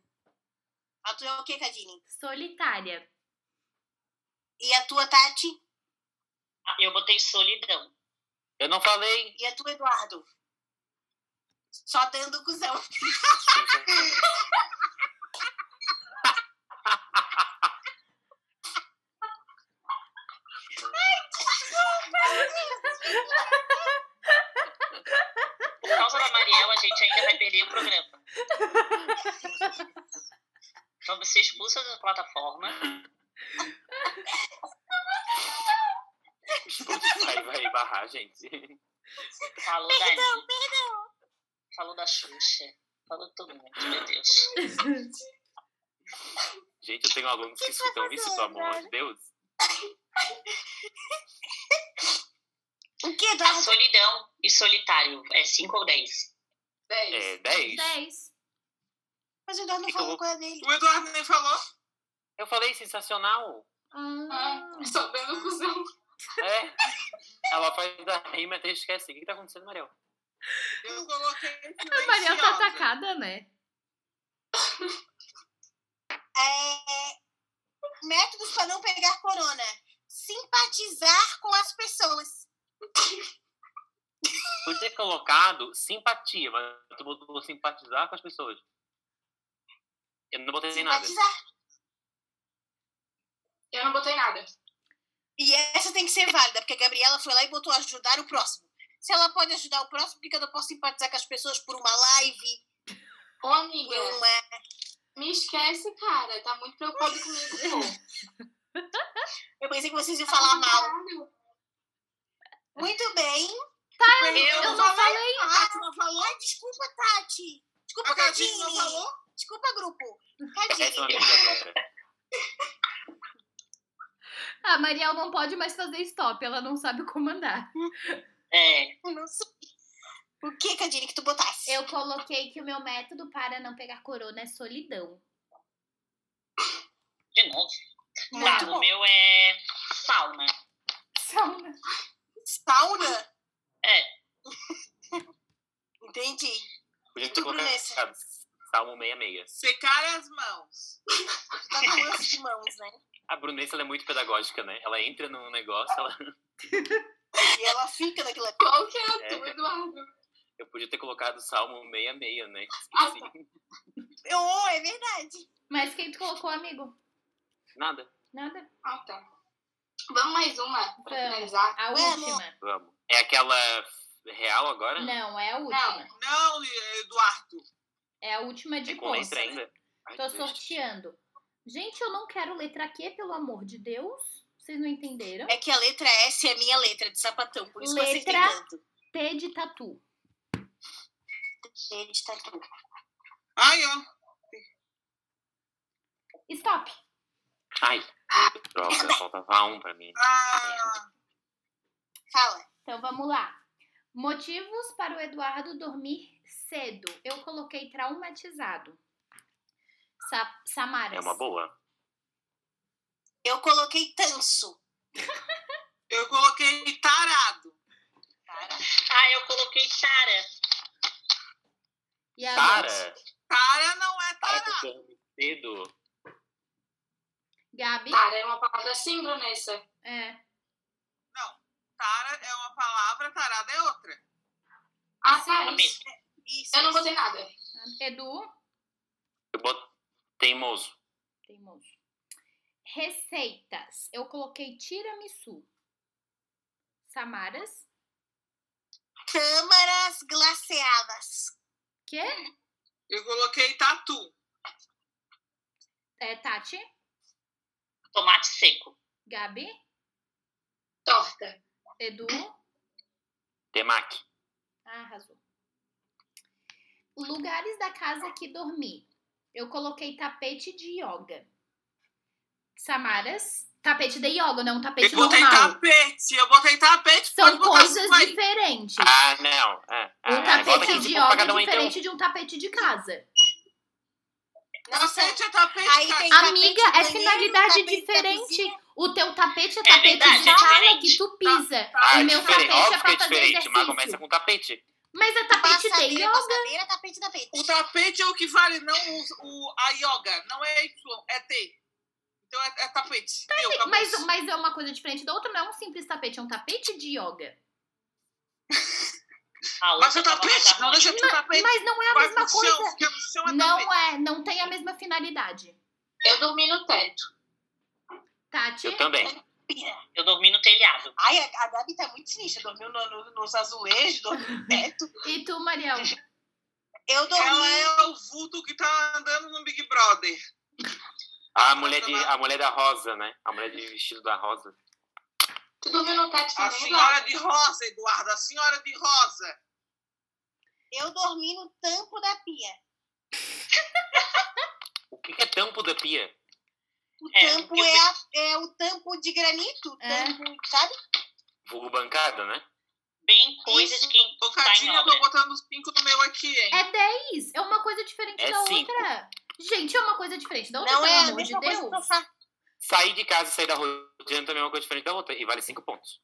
Speaker 2: A tua é o quê, Cadine?
Speaker 3: Solitária.
Speaker 2: E a tua, Tati?
Speaker 6: Ah, Eu botei solidão.
Speaker 1: Eu não falei.
Speaker 2: E a tua, Eduardo? Só dando cuzão.
Speaker 6: Por causa da Mariel, a gente ainda vai perder o programa. Vamos ser expulsas Então, da plataforma.
Speaker 1: Spotify vai barrar, gente.
Speaker 6: Falou da Anitta. Falou da Xuxa. Falou de todo mundo, meu Deus.
Speaker 3: [laughs]
Speaker 1: Gente, eu tenho alunos que escutam isso, pelo amor de Deus.
Speaker 2: O quê,
Speaker 6: A
Speaker 2: Eduardo?
Speaker 6: solidão e solitário. É 5 ou 10.
Speaker 1: É, 10?
Speaker 7: Dez.
Speaker 3: 10.
Speaker 2: Mas o Eduardo não
Speaker 1: Que que eu
Speaker 2: falou
Speaker 1: vou-
Speaker 2: qual é dele.
Speaker 4: O Eduardo nem falou.
Speaker 1: Eu falei sensacional.
Speaker 3: Ah,
Speaker 7: Ah, só dando cuzão.
Speaker 1: É. Ela faz a rima até esquece. O que que tá acontecendo, Mariel?
Speaker 4: Eu coloquei
Speaker 3: a Mariel tá
Speaker 4: silenciosa.
Speaker 3: atacada, né?
Speaker 2: É... Métodos para não pegar corona. Simpatizar com as pessoas.
Speaker 1: Podia ter colocado simpatia, mas tu botou simpatizar com as pessoas. Eu não botei nem nada.
Speaker 2: Simpatizar.
Speaker 7: Eu não botei nada.
Speaker 2: E essa tem que ser válida, porque a Gabriela foi lá e botou ajudar o próximo. Se ela pode ajudar o próximo, por que que eu não posso simpatizar com as pessoas por uma live,
Speaker 7: Ô,
Speaker 2: por
Speaker 7: amiga,
Speaker 2: uma...
Speaker 7: me esquece, cara. Tá muito preocupado comigo, pô.
Speaker 2: [laughs]
Speaker 7: Tá
Speaker 2: Eu pensei que vocês iam falar mal. Muito bem.
Speaker 4: Eu,
Speaker 3: Eu não falei.
Speaker 2: A Tati não falou? Ai, desculpa, Tati. Desculpa,
Speaker 4: A Cadine
Speaker 2: Cadine.
Speaker 4: não falou.
Speaker 2: Desculpa, grupo.
Speaker 1: Essa é uma
Speaker 2: Cadine.
Speaker 1: amiga agora.
Speaker 3: A Mariel não pode mais fazer stop, ela não sabe comandar.
Speaker 6: É.
Speaker 2: [laughs] Eu não sei. O que, Cadine, que tu botasse?
Speaker 3: Eu coloquei que o meu método para não pegar corona é solidão.
Speaker 6: De novo.
Speaker 2: Muito
Speaker 6: tá,
Speaker 2: bom.
Speaker 6: o meu é sauna.
Speaker 3: Sauna.
Speaker 2: Sauna?
Speaker 6: É.
Speaker 2: [laughs] Entendi.
Speaker 1: Podia ter
Speaker 2: Tu,
Speaker 1: colocado
Speaker 2: Brunessa?
Speaker 1: Salmo 66.
Speaker 4: Secar as mãos.
Speaker 2: Tu tá com lance de mãos, né?
Speaker 1: A Brunessa ela é muito pedagógica, né? Ela entra num negócio, ela...
Speaker 2: E ela fica naquilo ali.
Speaker 7: Qual que é a tua,
Speaker 1: É.
Speaker 7: Eduardo?
Speaker 1: eu podia ter colocado o Salmo 66, né?
Speaker 7: Ah,
Speaker 1: Esqueci.
Speaker 2: Oh, é verdade.
Speaker 3: Mas quem tu colocou, amigo?
Speaker 1: Nada.
Speaker 3: Nada.
Speaker 7: Ah, tá. Vamos mais uma pra
Speaker 3: Vamos.
Speaker 7: finalizar.
Speaker 3: A
Speaker 2: Vamos.
Speaker 3: última.
Speaker 1: Vamos. É aquela real agora?
Speaker 3: Não, é a última.
Speaker 4: Não, Eduardo.
Speaker 3: É a última de
Speaker 1: É com letra
Speaker 3: bolsa. né?
Speaker 1: ainda? Ai,
Speaker 3: Tô
Speaker 1: Deus.
Speaker 3: sorteando. Gente, eu não quero letra Q, pelo amor de Deus. Vocês não entenderam?
Speaker 2: É que a letra S é minha letra de sapatão, por isso que eu acertei
Speaker 3: Letra-
Speaker 2: tanto.
Speaker 3: T de tatu.
Speaker 2: Gente, tá tudo.
Speaker 4: Ai, ó.
Speaker 3: Stop.
Speaker 1: Ai,
Speaker 3: [laughs]
Speaker 1: droga, faltava um pra mim.
Speaker 4: Ah,
Speaker 2: Fala.
Speaker 3: Então vamos lá. Motivos para o Eduardo dormir cedo. Eu coloquei traumatizado. Sa Samaras.
Speaker 1: É uma boa.
Speaker 2: Eu coloquei tanso.
Speaker 4: eu coloquei tarado.
Speaker 2: Cara,
Speaker 6: Ah, eu coloquei Tara.
Speaker 3: E a Leti?
Speaker 1: Para!
Speaker 4: Tara não é
Speaker 1: Para
Speaker 4: tarado.
Speaker 1: que eu dorme cedo.
Speaker 3: Gabi?
Speaker 7: Cara, é uma palavra sincronessa.
Speaker 3: É.
Speaker 4: Tara é uma palavra, tarado é outra.
Speaker 7: Ah, tá.
Speaker 6: Amém.
Speaker 7: Isso.
Speaker 2: isso.
Speaker 7: Eu não botei nada.
Speaker 3: Edu?
Speaker 1: Eu boto teimoso.
Speaker 3: Teimoso. Receitas. Eu coloquei tiramisu. Samaras?
Speaker 2: Câmaras glaceadas.
Speaker 3: Quê?
Speaker 4: Eu coloquei tatu.
Speaker 3: É, Tati?
Speaker 6: Tomate seco.
Speaker 3: Gabi?
Speaker 7: Torta.
Speaker 3: Edu?
Speaker 1: Temac.
Speaker 3: Ah, arrasou. Lugares da casa que dormi. Eu coloquei tapete de yoga. Samaras? Tapete de yoga, não tapete
Speaker 4: Eu botei
Speaker 3: normal.
Speaker 4: tapete. Eu botei tapete.
Speaker 3: São
Speaker 4: pode botar
Speaker 3: coisas
Speaker 4: cinco aí.
Speaker 3: diferentes.
Speaker 1: Ah, não. Ah, ah,
Speaker 3: um
Speaker 1: ah, bota
Speaker 3: tapete
Speaker 1: 15 pontos
Speaker 3: de
Speaker 1: pra
Speaker 3: yoga é
Speaker 1: cada um, então.
Speaker 3: diferente de um tapete de casa.
Speaker 2: Nossa,
Speaker 4: Tapete é tapete.
Speaker 2: Aí
Speaker 4: cara.
Speaker 2: tem tapete
Speaker 3: Amiga,
Speaker 2: de
Speaker 3: é
Speaker 2: banheiro,
Speaker 3: finalidade
Speaker 2: tapete da
Speaker 3: diferente.
Speaker 2: cozinha.
Speaker 3: O teu tapete é tapete
Speaker 6: verdade,
Speaker 3: de
Speaker 6: é
Speaker 3: casa
Speaker 6: diferente.
Speaker 3: que tu pisa.
Speaker 1: Ah,
Speaker 3: o
Speaker 1: é
Speaker 3: meu
Speaker 1: diferente.
Speaker 3: tapete
Speaker 1: Óbvio
Speaker 3: é
Speaker 1: que
Speaker 3: pra
Speaker 1: é
Speaker 3: fazer
Speaker 1: diferente, mas começa
Speaker 3: exercício.
Speaker 1: com tapete.
Speaker 3: Mas é tapete de
Speaker 2: Passadeira,
Speaker 3: yoga.
Speaker 2: passadeira, tapete, tapete.
Speaker 4: O tapete é o que vale, não o, o- a yoga. Não é Y, é T. Então é, é tapete. Deu, acabou.
Speaker 3: Tá Mas, mas é uma coisa diferente da outra, não é um simples tapete, é um tapete de yoga.
Speaker 6: A
Speaker 4: Mas
Speaker 6: outra
Speaker 4: o tapete
Speaker 6: tava
Speaker 4: não
Speaker 6: mais
Speaker 4: deixa de ser tapete.
Speaker 3: Mas não é a
Speaker 4: vai
Speaker 3: mesma
Speaker 4: pro chão,
Speaker 3: coisa.
Speaker 4: porque o chão é tapete.
Speaker 3: Não é, não tem a mesma finalidade.
Speaker 7: Eu dormi no teto.
Speaker 3: Tati,
Speaker 1: Eu também.
Speaker 6: ruim. Eu dormi no telhado.
Speaker 2: Ai, a, a Gabi tá muito sinistra. Dormiu no, no- nos azulejos, dormiu no teto.
Speaker 3: e tu, Mariel?
Speaker 2: Eu
Speaker 4: Ela
Speaker 2: dormi.
Speaker 4: é o vulto que tá andando no Big Brother.
Speaker 1: A
Speaker 3: é
Speaker 1: mulher, de, a mulher da rosa, né? A mulher de vestido da rosa.
Speaker 7: Tu dormiu no teto
Speaker 3: é
Speaker 4: A
Speaker 6: Assim,
Speaker 7: também,
Speaker 4: senhora é
Speaker 7: Eduardo?
Speaker 4: de rosa, Eduardo. A senhora é de rosa.
Speaker 2: Eu dormi no tampo da pia.
Speaker 1: O que que é tampo da pia?
Speaker 2: O
Speaker 6: É,
Speaker 2: tampo
Speaker 6: eu
Speaker 2: é, a- é o tampo de granito. o
Speaker 3: É.
Speaker 2: Tampo, sabe?
Speaker 1: Vulgo bancada, né?
Speaker 6: Bem coisas
Speaker 4: Isso.
Speaker 6: que
Speaker 4: Bocadinho,
Speaker 6: Tá em
Speaker 4: eu tô
Speaker 6: obra.
Speaker 4: botando os cinco no meu aqui, hein?
Speaker 3: É 10, é uma coisa diferente
Speaker 1: É
Speaker 3: da
Speaker 1: cinco.
Speaker 3: outra. Gente, é uma coisa diferente da outra,
Speaker 2: Não
Speaker 3: pelo
Speaker 2: é a
Speaker 3: amor de
Speaker 2: mesma coisa que
Speaker 3: Deus.
Speaker 2: sofá.
Speaker 1: Sair de casa e sair da rotina também é uma coisa diferente da outra. E vale cinco pontos.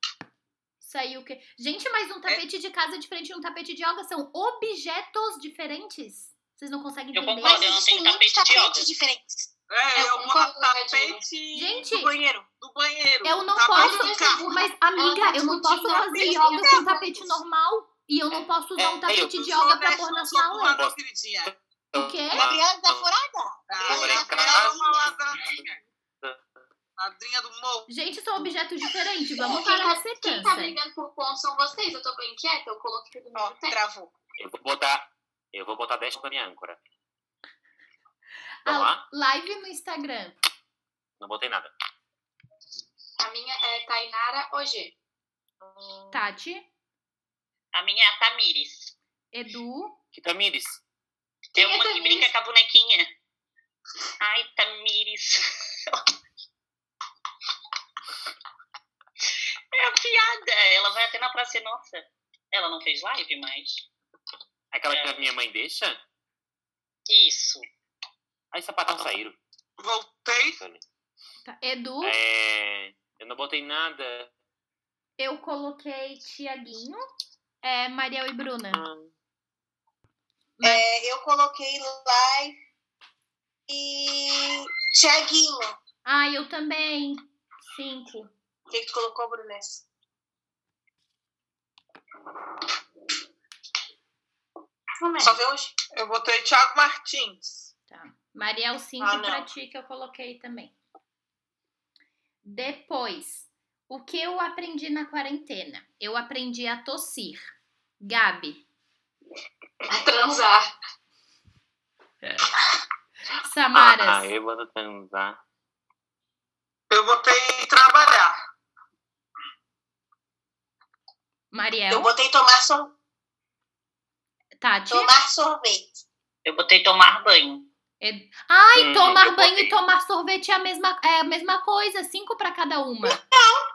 Speaker 3: Saiu o quê? Gente, mas um tapete de casa é diferente de um tapete de yoga, são objetos diferentes. Vocês não conseguem
Speaker 6: Eu
Speaker 3: entender?
Speaker 6: concordo.
Speaker 2: Mas
Speaker 6: eu não
Speaker 2: existem
Speaker 6: tenho
Speaker 2: muitos
Speaker 6: tapete de
Speaker 2: tapetes
Speaker 6: yoga.
Speaker 2: diferentes.
Speaker 4: É,
Speaker 7: Eu
Speaker 4: eu
Speaker 7: concordo
Speaker 4: boto
Speaker 7: com a Tatiana.
Speaker 4: tapete
Speaker 3: Gente,
Speaker 4: do banheiro. Do banheiro.
Speaker 3: eu não
Speaker 2: Tá
Speaker 4: Tapete
Speaker 3: posso-
Speaker 4: do carro.
Speaker 3: Mas, amiga, eu não posso fazer yoga com tapete normal. E eu não posso usar um
Speaker 1: É,
Speaker 3: tapete
Speaker 4: Eu
Speaker 3: de
Speaker 4: sou
Speaker 3: yoga pra
Speaker 4: honesta,
Speaker 3: pôr na
Speaker 4: não sou
Speaker 3: sala.
Speaker 4: burra não, queridinha.
Speaker 3: O quê?
Speaker 1: Ah,
Speaker 2: Gabriela tá
Speaker 1: não.
Speaker 2: furada.
Speaker 4: Ah,
Speaker 1: Agora em
Speaker 4: ela é
Speaker 1: casa.
Speaker 4: uma ladradinha. Ladrinha do morro.
Speaker 3: Gente, são objetos diferentes. Vamos
Speaker 7: Quem
Speaker 3: parar
Speaker 7: tá-
Speaker 3: de ser
Speaker 7: Quem tá
Speaker 3: câncer.
Speaker 7: brigando por pontos são vocês. Eu tô bem quieta. Eu coloquei tudo
Speaker 2: Ó,
Speaker 7: no teto.
Speaker 2: travou.
Speaker 1: Eu vou botar. Eu vou botar 10 pra minha âncora. Vamos
Speaker 3: Ah,
Speaker 1: lá?
Speaker 3: Live no Instagram.
Speaker 1: Não botei nada.
Speaker 7: A minha é Tainara OG.
Speaker 3: Tati,
Speaker 6: A minha é a Tamires.
Speaker 3: Edu,
Speaker 1: Kitamires.
Speaker 6: Tem
Speaker 7: Quem é
Speaker 6: uma que
Speaker 7: Tamires?
Speaker 6: brinca com a bonequinha. Ai, Tamires. [laughs] É a piada. Ela vai até na Praça Nossa. Ela não fez live, mas.
Speaker 1: Aquela que a minha mãe deixa?
Speaker 6: Isso.
Speaker 1: Aí sapatão saíram.
Speaker 4: Voltei.
Speaker 3: tá, Edu,
Speaker 1: É, eu não botei nada.
Speaker 3: eu coloquei Tiaguinho, é, Mariel e Bruna.
Speaker 7: Ah.
Speaker 2: É, eu coloquei live e Tiaguinho.
Speaker 3: Ah, eu também. Cinco.
Speaker 7: O que, que tu colocou, Bruno? nessa? Só vê hoje?
Speaker 4: é? Eu botei Thiago Martins.
Speaker 3: Mariel, cinco
Speaker 7: Ah, não.
Speaker 3: pra ti que eu coloquei também. Depois, o que eu aprendi na quarentena? Eu aprendi a tossir. Gabi,
Speaker 7: A transar.
Speaker 3: Samaras.
Speaker 1: Ah, eu vou transar.
Speaker 4: Eu botei trabalhar.
Speaker 3: Mariel,
Speaker 7: Eu botei tomar, sor-
Speaker 3: Tati.
Speaker 7: tomar sorvete.
Speaker 6: Eu botei tomar banho.
Speaker 3: Ai,
Speaker 1: Hum,
Speaker 3: tomar
Speaker 1: eu
Speaker 3: banho
Speaker 1: botei.
Speaker 3: e tomar sorvete é a mesma, é a mesma coisa, cinco pra cada uma. Não.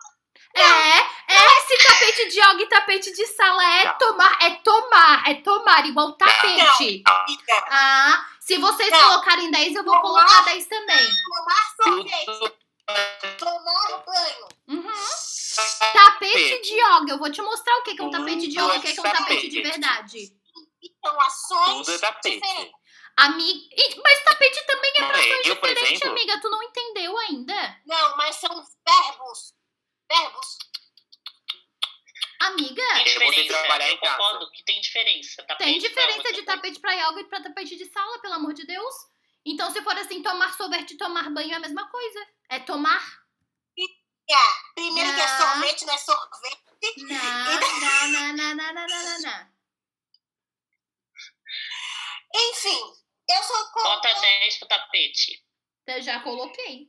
Speaker 3: É, é, se tapete de yoga e tapete de sala é
Speaker 1: Não.
Speaker 3: tomar, é tomar, é tomar, igual tapete.
Speaker 1: Ah,
Speaker 3: Ah, se vocês
Speaker 7: Não.
Speaker 3: colocarem 10, eu vou colocar 10 também.
Speaker 7: Tomar sorvete.
Speaker 1: tudo
Speaker 7: Tomar banho.
Speaker 3: Uhum.
Speaker 1: tá
Speaker 3: Tapete de yoga, eu vou te mostrar o que que é um
Speaker 1: Tudo
Speaker 3: tapete de yoga e o que que é um
Speaker 1: é
Speaker 3: tapete de
Speaker 1: tapete.
Speaker 3: verdade.
Speaker 7: São ações
Speaker 1: tudo é tapete.
Speaker 7: diferentes.
Speaker 3: Amiga, Ih, mas tapete também é
Speaker 1: Não,
Speaker 3: pra
Speaker 1: é,
Speaker 3: ações
Speaker 1: eu, por
Speaker 3: diferentes,
Speaker 1: exemplo-
Speaker 3: amiga, tu não entendeu ainda?
Speaker 7: Não, mas são verbos. Verbos.
Speaker 3: Amiga...
Speaker 7: É,
Speaker 6: Tem
Speaker 1: Eu botei
Speaker 6: diferença,
Speaker 1: trabalhar
Speaker 6: eu
Speaker 1: em casa.
Speaker 6: concordo que tem diferença. Tapete
Speaker 3: Tem
Speaker 6: não,
Speaker 3: diferença
Speaker 6: outra
Speaker 3: de
Speaker 6: coisa.
Speaker 3: tapete pra yoga e pra tapete de sala, pelo amor de Deus. Então, se for assim, tomar sorvete e tomar banho é a mesma coisa. É
Speaker 7: [laughs]
Speaker 3: tomar.
Speaker 7: É, Primeiro que é
Speaker 3: Não.
Speaker 7: sorvete, não é sorvete.
Speaker 3: Não, não,
Speaker 7: É.
Speaker 3: não, não, não, não, não, não, não.
Speaker 7: Enfim, eu sou contra.
Speaker 6: Bota 10 pro tapete.
Speaker 3: Eu já coloquei.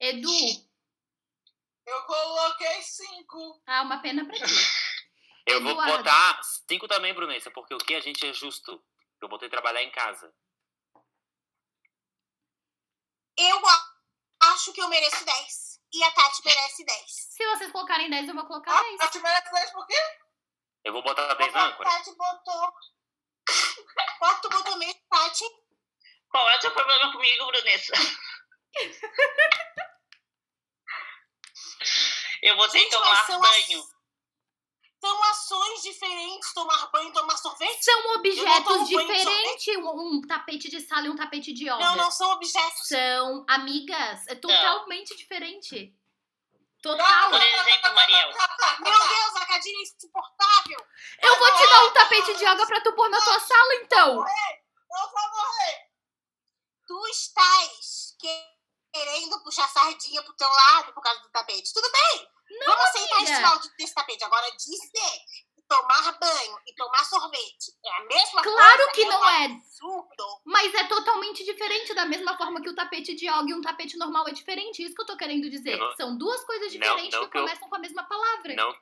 Speaker 3: Edu,
Speaker 4: Eu coloquei cinco.
Speaker 3: ah, uma pena pra ti.
Speaker 1: Eu vou
Speaker 3: Eduardo.
Speaker 1: botar cinco também, Brunessa, porque o que a gente é justo. Eu botei trabalhar em casa.
Speaker 7: Eu a- acho que eu mereço 10. E a Tati merece 10.
Speaker 3: Se vocês colocarem 10, eu vou colocar
Speaker 4: Ah,
Speaker 3: 10.
Speaker 4: Tati merece 10 por quê?
Speaker 1: Eu vou botar
Speaker 7: A
Speaker 1: 10 na âncora.
Speaker 7: Tati botou. [laughs] Quanto tu botou mesmo, Tati?
Speaker 6: Qual é o teu problema comigo, Brunessa? eu botei
Speaker 7: Gente, mas
Speaker 6: tomar
Speaker 7: são
Speaker 6: banho.
Speaker 7: As... São ações diferentes, tomar banho, tomar sorvete?
Speaker 3: São
Speaker 7: Eu não
Speaker 3: objetos
Speaker 7: tomo banho de
Speaker 3: diferentes. Um, um tapete de sala e um tapete de yoga.
Speaker 7: é Não, não são objetos.
Speaker 3: São amigas. É totalmente diferente. Total.
Speaker 6: Por exemplo,
Speaker 2: tá,
Speaker 6: Mariel.
Speaker 7: Tá, Meu Deus, a Cadinha é insuportável.
Speaker 3: Eu vou te dar um tapete de yoga pra tu pôr na tua sala, então.
Speaker 7: Tu estás que- querendo puxar sardinha pro teu lado por causa do tapete. Tudo bem. Vamos aceitar
Speaker 3: amiga.
Speaker 7: esse maldito desse tapete. Agora, dizer que tomar banho e tomar sorvete é a mesma coisa. um
Speaker 3: Claro que não é.
Speaker 7: Absurdo.
Speaker 3: Mas é totalmente diferente, da mesma forma que o tapete de yoga e um tapete normal é diferente. Isso que eu tô querendo dizer.
Speaker 1: Eu-
Speaker 3: São duas coisas
Speaker 1: Não,
Speaker 3: diferentes
Speaker 1: não
Speaker 3: que
Speaker 1: que eu-
Speaker 3: começam com a mesma palavra.
Speaker 1: Não,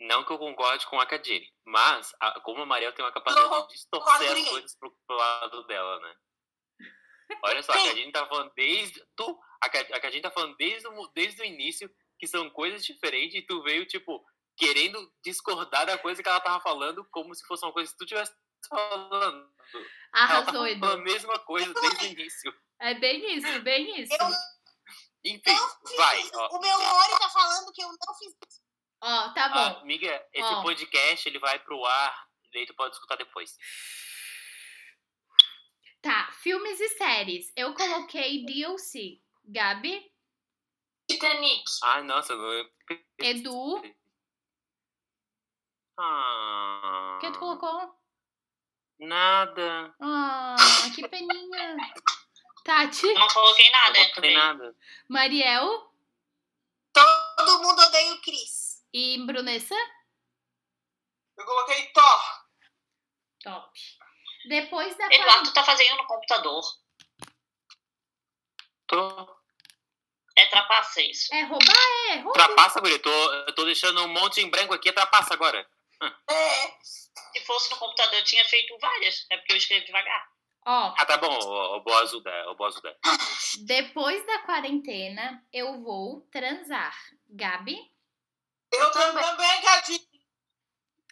Speaker 1: não que eu concorde com a Cadine, mas a- como a Mariel tem uma capacidade
Speaker 7: Não
Speaker 1: de
Speaker 7: concordo
Speaker 1: distorcer
Speaker 7: com
Speaker 1: as
Speaker 7: ninguém.
Speaker 1: coisas pro, pro lado dela, né? Olha só, a
Speaker 7: Sim.
Speaker 1: Cadine tá falando desde. Tu, a Ca- a Cadine tá falando desde o, mu- desde o início que são coisas diferentes e tu veio, tipo, querendo discordar da coisa que ela tava falando como se fosse uma coisa que tu tivesse falando. Ela tá
Speaker 3: Arrasou,
Speaker 1: falando
Speaker 3: Edu.
Speaker 1: a mesma coisa
Speaker 7: Então,
Speaker 1: desde o
Speaker 7: assim,
Speaker 1: início.
Speaker 3: É bem isso, bem isso.
Speaker 7: Eu então,
Speaker 1: Enfim, vai. Ó,
Speaker 7: O meu olho tá falando que eu não fiz.
Speaker 3: Ó, tá
Speaker 1: Ah,
Speaker 3: bom.
Speaker 1: amiga, esse
Speaker 3: Ó.
Speaker 1: podcast ele vai pro ar, e daí tu pode escutar depois.
Speaker 3: Tá, filmes e séries. Eu coloquei DLC. Gabi,
Speaker 7: Titanic.
Speaker 1: Ah, nossa, não.
Speaker 3: Edu, o
Speaker 1: Ah.
Speaker 3: que tu colocou?
Speaker 1: Nada.
Speaker 3: Ah, que peninha. Tati,
Speaker 6: Não coloquei
Speaker 3: Ah,
Speaker 6: nada né?
Speaker 1: não botei
Speaker 6: também.
Speaker 1: nada.
Speaker 3: Mariel
Speaker 7: Todo mundo odeia o Cris.
Speaker 3: e Brunessa.
Speaker 4: Eu coloquei Thor.
Speaker 3: Top. Depois da
Speaker 6: Eduardo tá fazendo no computador.
Speaker 1: Tô.
Speaker 6: É trapaça isso.
Speaker 3: É roubar, é roubo.
Speaker 1: Trapaça, guria. Tô, eu tô deixando um monte em branco aqui, é trapaça agora.
Speaker 6: Se fosse no computador, eu tinha feito várias. É porque eu escrevo devagar.
Speaker 3: Ó,
Speaker 1: Ah, tá bom, ô, ô, boa ajuda, ô, boa ajuda.
Speaker 3: Depois da quarentena, eu vou transar. Gabi?
Speaker 4: Eu também, Cadinho.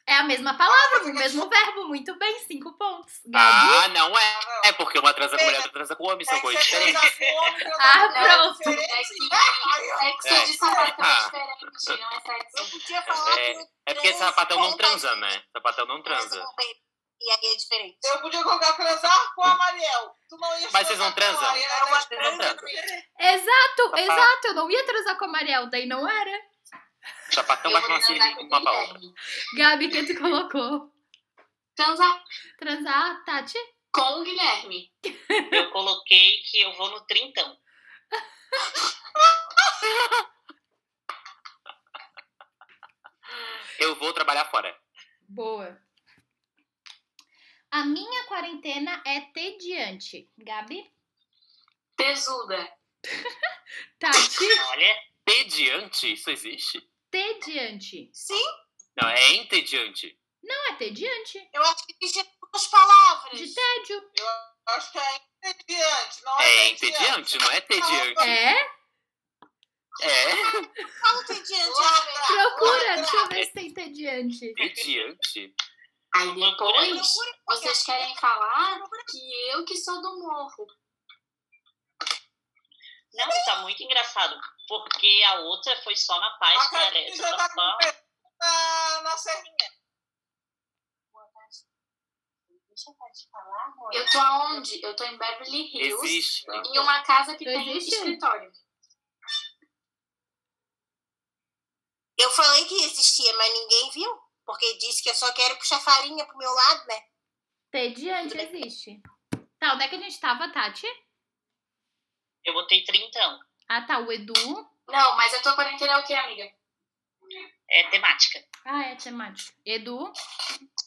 Speaker 3: É a mesma palavra, o mesmo verbo. Muito bem, cinco pontos. Gabi?
Speaker 1: Ah, não é. É porque uma transa com mulher, outra transa com homem, são
Speaker 4: Tem É que
Speaker 1: coisas
Speaker 4: ser
Speaker 1: diferentes.
Speaker 4: transar com homem,
Speaker 3: [laughs] Ah,
Speaker 4: transar com mulher,
Speaker 3: pronto.
Speaker 4: diferente.
Speaker 7: É que
Speaker 4: Aí eu-
Speaker 7: sexo de sapatão
Speaker 6: Ah.
Speaker 7: é diferente, não é
Speaker 4: eu
Speaker 7: sexo.
Speaker 4: podia falar
Speaker 1: É,
Speaker 4: que eu
Speaker 1: É porque sapatão não transa, né? Sapatão não transa.
Speaker 7: Transa com baby. E aí é diferente.
Speaker 4: Eu podia colocar transar com a Mariel. Tu não ia
Speaker 1: Mas vocês não
Speaker 4: transar com
Speaker 1: transam?
Speaker 4: ela,
Speaker 1: Eu
Speaker 4: né?
Speaker 1: acho que vocês não transam.
Speaker 3: Exato,
Speaker 1: Papá.
Speaker 3: exato. Eu não ia transar com a Mariel, daí não era.
Speaker 1: Sapatão vai uma
Speaker 7: transar
Speaker 1: com uma pra outra.
Speaker 7: Guilherme.
Speaker 3: Gabi, que tu colocou?
Speaker 7: Transar
Speaker 3: Transar, Tati?
Speaker 7: com o Guilherme.
Speaker 6: Eu coloquei que eu vou no trintão.
Speaker 1: Eu vou trabalhar fora.
Speaker 3: Boa. A minha quarentena é tediante. Gabi?
Speaker 7: Tesuda.
Speaker 3: Tati?
Speaker 6: Olha,
Speaker 1: Tediante? Isso existe?
Speaker 3: Tediante.
Speaker 2: Sim,
Speaker 1: Não, é entediante.
Speaker 3: Não é tediante.
Speaker 2: eu acho que existe duas palavras.
Speaker 3: De tédio.
Speaker 4: Acho que é entediante, não é?
Speaker 1: É entediante, não é tediante.
Speaker 3: É?
Speaker 1: É
Speaker 2: Fala entediante.
Speaker 4: Ladra,
Speaker 3: Procura,
Speaker 4: ladra.
Speaker 3: deixa eu ver se tem tediante.
Speaker 1: tediante.
Speaker 7: Aí
Speaker 6: Procura aí.
Speaker 7: depois vocês querem falar que eu que sou do morro.
Speaker 6: não, tá muito engraçado. Porque a outra foi só na paz,
Speaker 4: A
Speaker 6: cara.
Speaker 4: Karine
Speaker 6: Essa
Speaker 4: já
Speaker 6: tá
Speaker 4: tá com
Speaker 6: só...
Speaker 4: medo na, na serrinha.
Speaker 7: Deixa eu te falar, amor. Eu tô aonde? Eu tô em Beverly Hills.
Speaker 1: Existe.
Speaker 7: Em uma casa que tem
Speaker 3: Existe?
Speaker 7: escritório.
Speaker 2: Eu falei que existia, mas ninguém viu. Porque disse que eu só quero puxar farinha pro meu lado, né?
Speaker 3: Tediante existe. Tá, onde é que a gente tava, Tati?
Speaker 6: Eu botei trintão.
Speaker 3: Ah, tá, o Edu.
Speaker 7: Não, mas a tua quarentena é o que, amiga?
Speaker 6: É temática.
Speaker 3: Ah, é temático. Edu?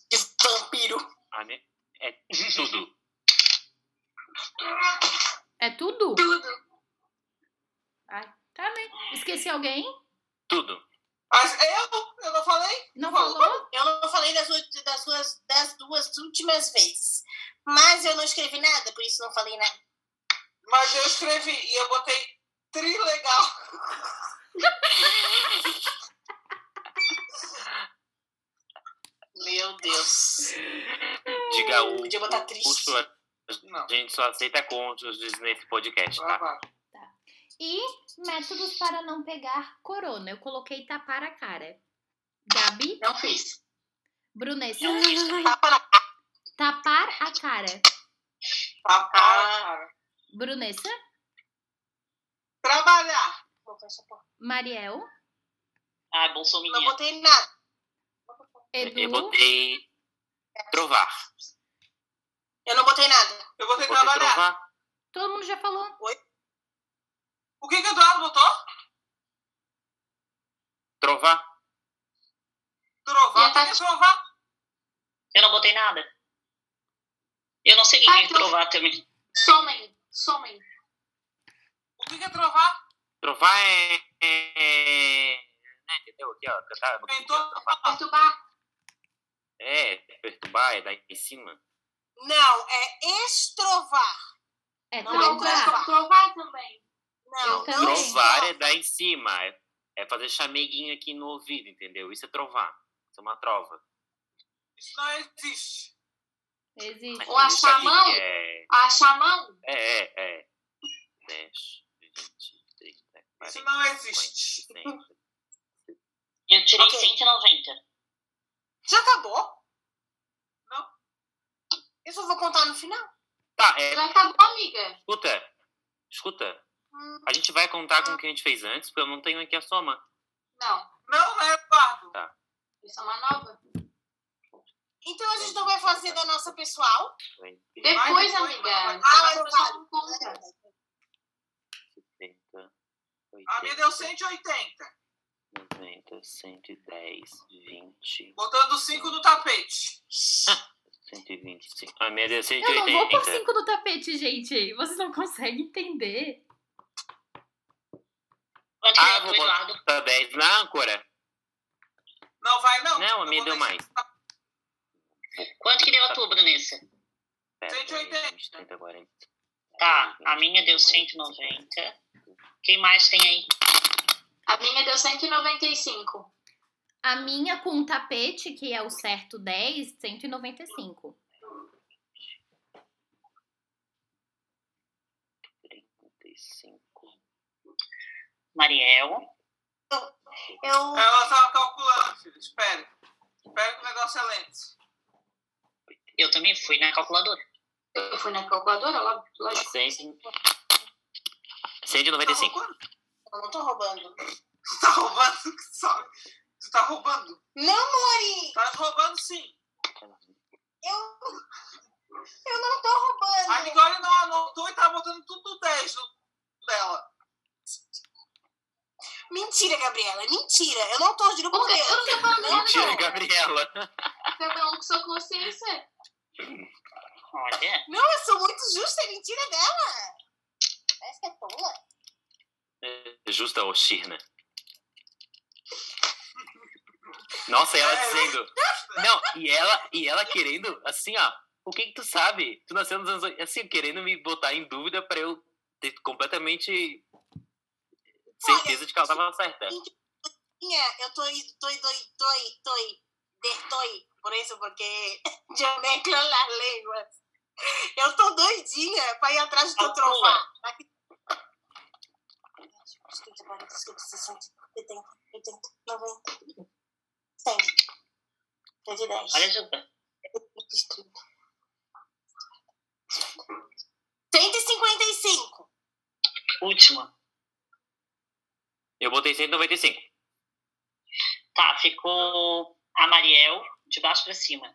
Speaker 2: De vampiro.
Speaker 1: Ah, né? É tudo.
Speaker 3: É tudo?
Speaker 7: Tudo.
Speaker 3: Tá bem. Esqueci alguém?
Speaker 1: Tudo.
Speaker 4: Mas eu? Eu não falei?
Speaker 3: Não falou?
Speaker 2: Eu não falei das, ult- das, suas, das duas últimas vezes. Mas eu não escrevi nada, por isso não falei nada.
Speaker 4: Mas eu escrevi e eu botei trilegal.
Speaker 2: Meu Deus.
Speaker 1: Diga o.
Speaker 2: Podia botar
Speaker 1: o
Speaker 2: triste.
Speaker 1: curso, A
Speaker 4: Não.
Speaker 1: gente só aceita contos nesse podcast,
Speaker 4: Ah,
Speaker 1: tá?
Speaker 4: vai.
Speaker 3: E métodos para não pegar corona. Eu coloquei tapar a cara. Gabi?
Speaker 7: Não fiz.
Speaker 3: Brunessa?
Speaker 6: Não fiz também.
Speaker 3: Tapar a cara.
Speaker 4: Tá,
Speaker 2: Ah.
Speaker 4: para.
Speaker 3: Brunessa?
Speaker 4: Trabalhar.
Speaker 3: Mariel?
Speaker 6: Ah,
Speaker 2: Não
Speaker 6: bolsominion.
Speaker 2: botei nada.
Speaker 3: Edu?
Speaker 1: Eu botei. Trovar.
Speaker 2: Eu não botei nada.
Speaker 4: Eu botei
Speaker 1: Botei
Speaker 4: trabalhar.
Speaker 1: trovar.
Speaker 3: Todo mundo já falou.
Speaker 4: O que que o Eduardo botou?
Speaker 1: Trovar.
Speaker 4: Trovar.
Speaker 7: E a
Speaker 4: O que
Speaker 2: tá-
Speaker 4: que é trovar?
Speaker 6: Eu não botei nada. Eu não sei é
Speaker 7: Ah,
Speaker 6: ninguém
Speaker 7: então-
Speaker 6: provar também.
Speaker 7: Somem. Somem.
Speaker 4: O que que é trovar?
Speaker 1: Trovar é. é... né, Entendeu? Aqui, ó. tá?
Speaker 4: Tentou.
Speaker 7: Perturbar.
Speaker 1: É, perturbar, é dar em cima.
Speaker 2: Não, é extrovar.
Speaker 3: É,
Speaker 7: Não,
Speaker 2: Não,
Speaker 7: não,
Speaker 3: transar.
Speaker 2: transar.
Speaker 7: Provar também.
Speaker 2: Não,
Speaker 3: Eu também.
Speaker 2: não
Speaker 1: Trovar é
Speaker 2: extrova.
Speaker 1: dar em cima. É, é fazer chameguinho aqui no ouvido, entendeu? Isso é trovar. Isso é uma trova.
Speaker 4: Isso não existe.
Speaker 3: Existe.
Speaker 7: Ou
Speaker 1: Isso
Speaker 7: achar a
Speaker 1: aqui
Speaker 7: mão.
Speaker 1: que É,
Speaker 7: Achar a mão.
Speaker 1: é, é. é. 10, 20, 30, 40,
Speaker 4: Isso
Speaker 2: é
Speaker 4: não
Speaker 1: 50,
Speaker 4: existe.
Speaker 1: 60.
Speaker 6: Eu tirei
Speaker 2: Ok.
Speaker 6: 190.
Speaker 2: Já acabou? Não? Eu só vou contar no final.
Speaker 1: Tá, é,
Speaker 7: Já acabou, amiga.
Speaker 1: escuta. Escuta. A gente vai contar com o que a gente fez antes, porque eu não tenho aqui a soma.
Speaker 7: Não.
Speaker 4: Não, né, Eduardo?
Speaker 7: Isso é uma nova.
Speaker 2: Então a
Speaker 1: É
Speaker 2: gente não vai fazer da nossa pessoal.
Speaker 7: Depois,
Speaker 4: depois,
Speaker 7: amiga.
Speaker 4: mas- ah, mas
Speaker 7: Agora
Speaker 4: eu
Speaker 7: vocês não contam.
Speaker 1: 70,
Speaker 4: A minha
Speaker 1: 80,
Speaker 4: deu 180.
Speaker 1: 90, 110, 20,
Speaker 4: Botando 5 no tapete.
Speaker 1: 125. A minha deu
Speaker 3: Eu não vou por
Speaker 1: 180.
Speaker 3: cinco no tapete, gente. Vocês não conseguem entender.
Speaker 6: Quanto que
Speaker 1: Ah,
Speaker 6: deu
Speaker 1: vou
Speaker 6: do Eduardo?
Speaker 1: botar 10 na âncora.
Speaker 4: Não vai, não.
Speaker 1: Não, a
Speaker 4: Eu
Speaker 1: minha deu
Speaker 4: botei
Speaker 1: mais.
Speaker 6: Quanto que deu a tua, Brunessa?
Speaker 1: Pera,
Speaker 4: 180.
Speaker 1: 20, 30, 40.
Speaker 6: Tá, a minha deu 190. Quem mais tem aí?
Speaker 7: A minha deu 195.
Speaker 3: A minha com um tapete, que é o certo 10, 195.
Speaker 6: Mariel.
Speaker 2: Eu
Speaker 4: tá Tá Ela tava calculando, filho. Espere. Espere que o negócio é lento.
Speaker 6: Eu também fui na calculadora.
Speaker 7: Eu fui na calculadora, lá, lógico.
Speaker 1: Cem- 195.
Speaker 2: Eu não tô roubando.
Speaker 4: Tu tá roubando? Só- Tu tá roubando?
Speaker 2: Não, Mori!
Speaker 4: Tá roubando sim.
Speaker 2: Eu, eu não tô roubando.
Speaker 4: A Nicole não anotou e tá botando tudo no 10 do- dela.
Speaker 2: Mentira, Gabriela. Mentira. Eu não tô, juro por
Speaker 5: Porque eu
Speaker 2: Deus.
Speaker 5: não tô falando nada,
Speaker 1: Mentira,
Speaker 5: não.
Speaker 1: Gabriela.
Speaker 5: Cada um com sua consciência.
Speaker 6: Olha,
Speaker 2: Não, eu sou muito justa. É mentira dela. Parece que é tola.
Speaker 1: É Justa ou Shirna? Nossa, e ela dizendo. Não, e ela, e ela querendo, assim, ó. O que que tu sabe? Tu nasceu nos anos. oit- Assim, querendo me botar em dúvida pra eu ter completamente certeza de que ela tava certa.
Speaker 2: Minha, eu tô, tô, tô, tô, tô, estoy, por isso, porque [laughs] eu meclo as línguas. Eu tô doidinha pra ir atrás do trovão. Desculpa, Maria, desculpa, 60, 70, 80, 90, 100, 110,
Speaker 6: olha, Juca.
Speaker 2: 130. 155.
Speaker 6: Última.
Speaker 1: Eu botei 195.
Speaker 6: Tá, ficou a Mariel, de baixo pra cima.